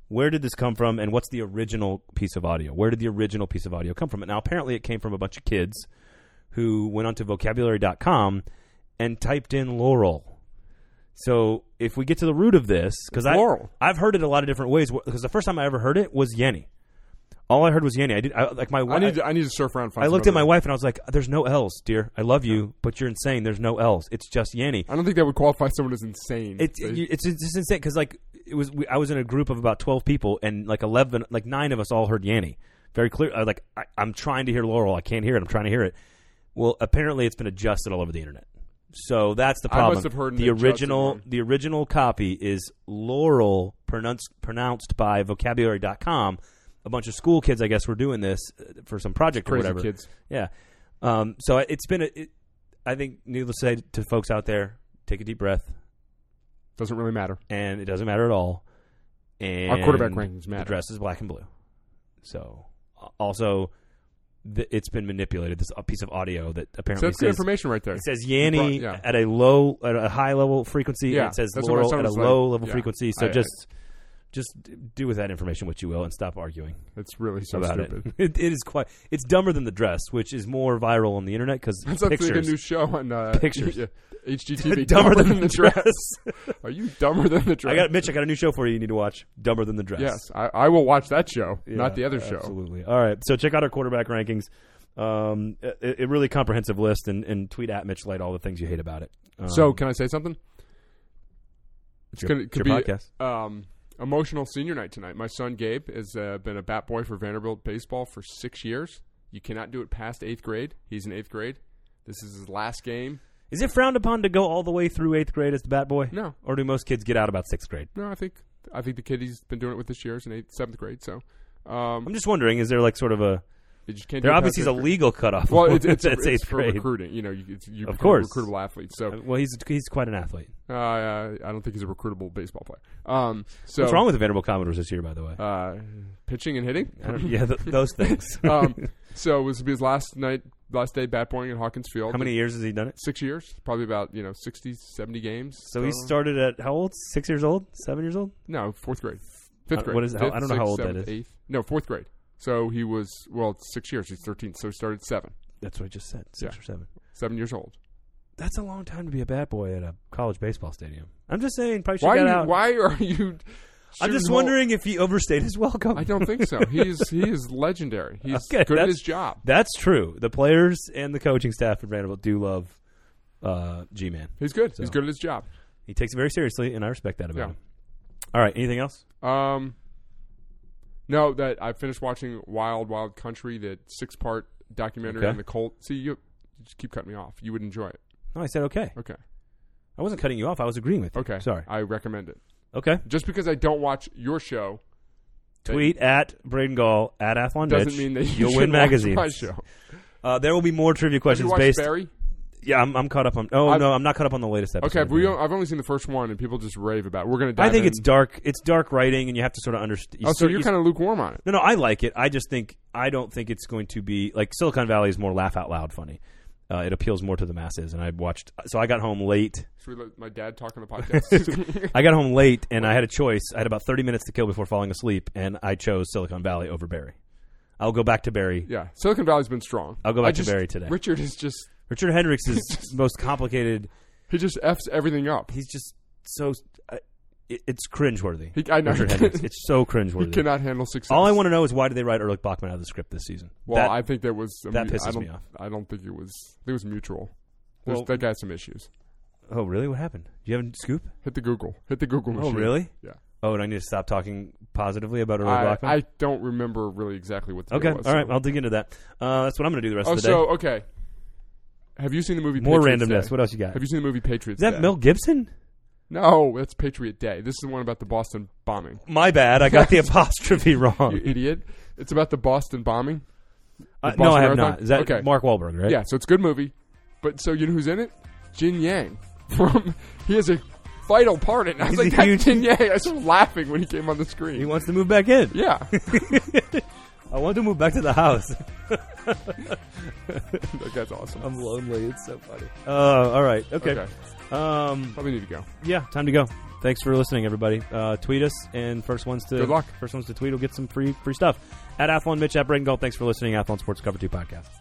[SPEAKER 1] where did this come from and what's the original piece of audio where did the original piece of audio come from now apparently it came from a bunch of kids who went onto vocabulary.com and typed in laurel so if we get to the root of this because i
[SPEAKER 2] Laurel.
[SPEAKER 1] i've heard it a lot of different ways because the first time i ever heard it was yenny all i heard was yenny i did I, like my
[SPEAKER 2] I need to, I need to surf around. And find
[SPEAKER 1] I
[SPEAKER 2] some
[SPEAKER 1] looked at
[SPEAKER 2] other-
[SPEAKER 1] my wife and I was like, "There's no L's, dear. I love you, but you're insane. There's no L's. It's just Yanny."
[SPEAKER 2] I don't think that would qualify someone as insane.
[SPEAKER 1] It's
[SPEAKER 2] They-
[SPEAKER 1] you- it's it's just insane because like it was we, I was in a group of about twelve people and like eleven like nine of us all heard Yanny very clear. I, was like I, I'm trying to hear Laurel, I can't hear it. I'm trying to hear it. Well, apparently it's been adjusted all over the internet, so that's the
[SPEAKER 2] I must
[SPEAKER 1] problem.
[SPEAKER 2] have heard an
[SPEAKER 1] the
[SPEAKER 2] adjusted
[SPEAKER 1] original
[SPEAKER 2] one.
[SPEAKER 1] the original copy is Laurel pronounced pronounced by vocabulary.com. A bunch of school kids, I guess, were doing this uh, for some project or
[SPEAKER 2] crazy
[SPEAKER 1] whatever.
[SPEAKER 2] kids.
[SPEAKER 1] Yeah. Um, so I- it's been, a, it, I think, needless to say to folks out there, take a deep breath,
[SPEAKER 2] Doesn't really matter.
[SPEAKER 1] and it doesn't matter at all. And
[SPEAKER 2] Our quarterback rankings
[SPEAKER 1] The
[SPEAKER 2] matter.
[SPEAKER 1] dress is black and blue. So uh, also, th- it's been manipulated. This uh, piece of audio that
[SPEAKER 2] So
[SPEAKER 1] apparently
[SPEAKER 2] that's good
[SPEAKER 1] says,
[SPEAKER 2] information right there.
[SPEAKER 1] it says
[SPEAKER 2] brought-
[SPEAKER 1] Yanny
[SPEAKER 2] yeah.
[SPEAKER 1] at a low, at a high level frequency.
[SPEAKER 2] Yeah,
[SPEAKER 1] and it says
[SPEAKER 2] that's what my
[SPEAKER 1] Laurel
[SPEAKER 2] son
[SPEAKER 1] at a
[SPEAKER 2] was like.
[SPEAKER 1] low level
[SPEAKER 2] Yeah.
[SPEAKER 1] frequency. So
[SPEAKER 2] I- I-
[SPEAKER 1] just, just do with that information what you will, and stop arguing
[SPEAKER 2] It's really so
[SPEAKER 1] about
[SPEAKER 2] stupid.
[SPEAKER 1] it. it. It is quite. It's dumber than the dress, which is more viral on the internet because
[SPEAKER 2] That's like a
[SPEAKER 1] pictures.
[SPEAKER 2] new show on uh,
[SPEAKER 1] Pictures.
[SPEAKER 2] yeah, HGTV.
[SPEAKER 1] dumber than the dress.
[SPEAKER 2] Are you dumber than the dress?
[SPEAKER 1] I got Mitch. I got a new show for you. You need to watch Dumber Than the Dress.
[SPEAKER 2] Yes, I, I will watch that show,
[SPEAKER 1] Yeah,
[SPEAKER 2] not the other show.
[SPEAKER 1] Absolutely. All right. So check out our quarterback rankings. Um, it, it really comprehensive list, and, and tweet at Mitch Light all the things you hate about it. Um,
[SPEAKER 2] So, can I say something? It's
[SPEAKER 1] your-
[SPEAKER 2] gonna
[SPEAKER 1] it's
[SPEAKER 2] could
[SPEAKER 1] your
[SPEAKER 2] be
[SPEAKER 1] podcast.
[SPEAKER 2] um, emotional senior night tonight. My son Gabe has uh, been a bat boy for Vanderbilt baseball for six years. You cannot do it past eighth grade. He's in eighth grade. This is his last game.
[SPEAKER 1] Is it frowned upon to go all the way through eighth grade as the bat boy?
[SPEAKER 2] No,
[SPEAKER 1] Or do most kids get out about sixth grade?
[SPEAKER 2] no, I think I think the kid he's been doing it with this year is in eighth, seventh grade. So, um,
[SPEAKER 1] I'm just wondering. Is there like sort of a
[SPEAKER 2] you just can't. do
[SPEAKER 1] there
[SPEAKER 2] it
[SPEAKER 1] obviously is
[SPEAKER 2] past
[SPEAKER 1] a
[SPEAKER 2] eighth grade.
[SPEAKER 1] legal cutoff?
[SPEAKER 2] Well, it's, it's,
[SPEAKER 1] that's
[SPEAKER 2] it's
[SPEAKER 1] eighth
[SPEAKER 2] for
[SPEAKER 1] grade.
[SPEAKER 2] recruiting. You know, you, it's, you
[SPEAKER 1] Of
[SPEAKER 2] become
[SPEAKER 1] course.
[SPEAKER 2] a recruitable athlete. So
[SPEAKER 1] Well, he's he's quite an athlete.
[SPEAKER 2] uh, I don't think he's a recruitable baseball player. Um, so
[SPEAKER 1] What's wrong with the Vanderbilt Commodores this year, by the way?
[SPEAKER 2] Uh, pitching and hitting.
[SPEAKER 1] I don't- yeah, th- those things.
[SPEAKER 2] um, so it was his last night, last day bat boying at Hawkins Field.
[SPEAKER 1] How many years has he done it?
[SPEAKER 2] Six years, probably about you know 60, 70 games.
[SPEAKER 1] So he
[SPEAKER 2] Uh,
[SPEAKER 1] started at how old? Six years old? Seven years old?
[SPEAKER 2] no fourth grade, fifth
[SPEAKER 1] Uh,
[SPEAKER 2] grade.
[SPEAKER 1] what is- how-
[SPEAKER 2] Fifth,
[SPEAKER 1] I don't know how
[SPEAKER 2] sixth,
[SPEAKER 1] old that
[SPEAKER 2] seventh,
[SPEAKER 1] is.
[SPEAKER 2] Eighth, no fourth grade. So he was well it's six years. He's thirteen. So he started seven,
[SPEAKER 1] That's what I just said. Six or seven.
[SPEAKER 2] seven years old.
[SPEAKER 1] That's a long time to be a bad boy at a college baseball stadium. I'm just saying, probably should
[SPEAKER 2] Why
[SPEAKER 1] get
[SPEAKER 2] are you,
[SPEAKER 1] out.
[SPEAKER 2] why are you?
[SPEAKER 1] I'm just
[SPEAKER 2] shooting hole-
[SPEAKER 1] wondering if he overstayed his welcome.
[SPEAKER 2] I don't think so. He's he is legendary. He's
[SPEAKER 1] Okay,
[SPEAKER 2] good at
[SPEAKER 1] that's-
[SPEAKER 2] his job.
[SPEAKER 1] That's true. The players and the coaching staff at Vanderbilt do love uh, G-Man.
[SPEAKER 2] He's good. He's
[SPEAKER 1] So.
[SPEAKER 2] good at his job.
[SPEAKER 1] He takes it very seriously, and I respect that about
[SPEAKER 2] Yeah.
[SPEAKER 1] him. All right. Anything else?
[SPEAKER 2] Um, no, that I finished watching Wild Wild Country, that six part documentary
[SPEAKER 1] Okay.
[SPEAKER 2] on the Colt. See, you you just keep cutting me off. You would enjoy it.
[SPEAKER 1] No, I said okay.
[SPEAKER 2] Okay,
[SPEAKER 1] I wasn't cutting you off. I was agreeing with you.
[SPEAKER 2] okay.
[SPEAKER 1] Sorry.
[SPEAKER 2] I recommend it.
[SPEAKER 1] Okay.
[SPEAKER 2] Just because I don't watch your show
[SPEAKER 1] Tweet at Braden Gall at Athlon
[SPEAKER 2] doesn't
[SPEAKER 1] Ditch.
[SPEAKER 2] mean that you
[SPEAKER 1] You'll
[SPEAKER 2] should
[SPEAKER 1] win
[SPEAKER 2] watch
[SPEAKER 1] magazines.
[SPEAKER 2] My show.
[SPEAKER 1] Uh, there will be more trivia
[SPEAKER 2] Have you
[SPEAKER 1] questions
[SPEAKER 2] watched
[SPEAKER 1] based.
[SPEAKER 2] Barry?
[SPEAKER 1] Yeah, I'm, I'm caught up on. Oh
[SPEAKER 2] I've-
[SPEAKER 1] no, I'm not caught up on the latest episode.
[SPEAKER 2] Okay, we, I've only seen the first one, and people just rave about. it. We're gonna. Dive
[SPEAKER 1] I think
[SPEAKER 2] in.
[SPEAKER 1] it's dark. It's dark writing, and you have to sort of understand.
[SPEAKER 2] Oh, so you're kind of lukewarm on it.
[SPEAKER 1] No, no, I like it. I just think I don't think it's going to be like Silicon Valley is more laugh out loud funny. Uh, it appeals more to the masses, and I watched. So I got home late.
[SPEAKER 2] Should we let my dad talk on the podcast?
[SPEAKER 1] I got home late, and I had a choice. I had about thirty minutes to kill before falling asleep, and I chose Silicon Valley over Barry. I'll go back to Barry.
[SPEAKER 2] yeah, Silicon Valley's been strong.
[SPEAKER 1] I'll go
[SPEAKER 2] I
[SPEAKER 1] back to
[SPEAKER 2] just-
[SPEAKER 1] Barry today.
[SPEAKER 2] Richard is just
[SPEAKER 1] Richard Hendricks is most complicated.
[SPEAKER 2] he just f's everything up.
[SPEAKER 1] He's just so. Uh, it, it's cringeworthy.
[SPEAKER 2] He, I know
[SPEAKER 1] Richard Hendricks. It's so cringeworthy.
[SPEAKER 2] He cannot handle success.
[SPEAKER 1] All I want to know is why did they write Erlich Bachman out of the script this season?
[SPEAKER 2] Well,
[SPEAKER 1] That-
[SPEAKER 2] I think that was I
[SPEAKER 1] that
[SPEAKER 2] mean,
[SPEAKER 1] pisses
[SPEAKER 2] I don't,
[SPEAKER 1] me off.
[SPEAKER 2] I don't think it was. I think it was mutual. There's,
[SPEAKER 1] Well-
[SPEAKER 2] that guy had some issues.
[SPEAKER 1] oh really? What happened? Do you have a scoop?
[SPEAKER 2] Hit the Google. Hit the Google
[SPEAKER 1] Oh
[SPEAKER 2] machine.
[SPEAKER 1] really?
[SPEAKER 2] Yeah.
[SPEAKER 1] Oh, and I need to stop talking positively about Erlich
[SPEAKER 2] I,
[SPEAKER 1] Bachman.
[SPEAKER 2] I don't remember really exactly what. The
[SPEAKER 1] okay,
[SPEAKER 2] deal was,
[SPEAKER 1] all right.
[SPEAKER 2] so-
[SPEAKER 1] I'll dig into that. Uh, that's what I'm going to do the rest
[SPEAKER 2] Oh,
[SPEAKER 1] of the day.
[SPEAKER 2] so okay. Have you seen the movie?
[SPEAKER 1] More
[SPEAKER 2] Patriots
[SPEAKER 1] randomness.
[SPEAKER 2] Day?
[SPEAKER 1] What else you got?
[SPEAKER 2] Have you seen the movie
[SPEAKER 1] Is
[SPEAKER 2] Patriots?
[SPEAKER 1] that
[SPEAKER 2] Day?
[SPEAKER 1] Mel Gibson?
[SPEAKER 2] No, that's Patriot Day. This is the one about the Boston bombing.
[SPEAKER 1] My bad. I got the apostrophe
[SPEAKER 2] You
[SPEAKER 1] wrong.
[SPEAKER 2] idiot! It's about the Boston bombing.
[SPEAKER 1] Uh,
[SPEAKER 2] Boston
[SPEAKER 1] no, I have
[SPEAKER 2] Marathon?
[SPEAKER 1] not. Is that
[SPEAKER 2] Okay.
[SPEAKER 1] Mark Wahlberg? Right?
[SPEAKER 2] Yeah, so it's a good movie. But so you know who's in it? Jin Yang from he has a vital part in. it. I
[SPEAKER 1] He's
[SPEAKER 2] was like,
[SPEAKER 1] a
[SPEAKER 2] that's
[SPEAKER 1] huge-
[SPEAKER 2] Jin Yang. I was laughing when he came on the screen.
[SPEAKER 1] He wants to move back in.
[SPEAKER 2] yeah,
[SPEAKER 1] I want to move back to the house.
[SPEAKER 2] Like, that's awesome.
[SPEAKER 1] I'm lonely. It's so funny. Uh, all right. Okay.
[SPEAKER 2] Okay.
[SPEAKER 1] Um,
[SPEAKER 2] Probably need to go.
[SPEAKER 1] yeah, time to go. Thanks for listening, everybody. Uh, tweet us, and first ones to
[SPEAKER 2] Good luck.
[SPEAKER 1] first ones to tweet will get some free free stuff. At Athlon Mitch at Braden Gold. Thanks for listening, Athlon Sports Cover Two podcast.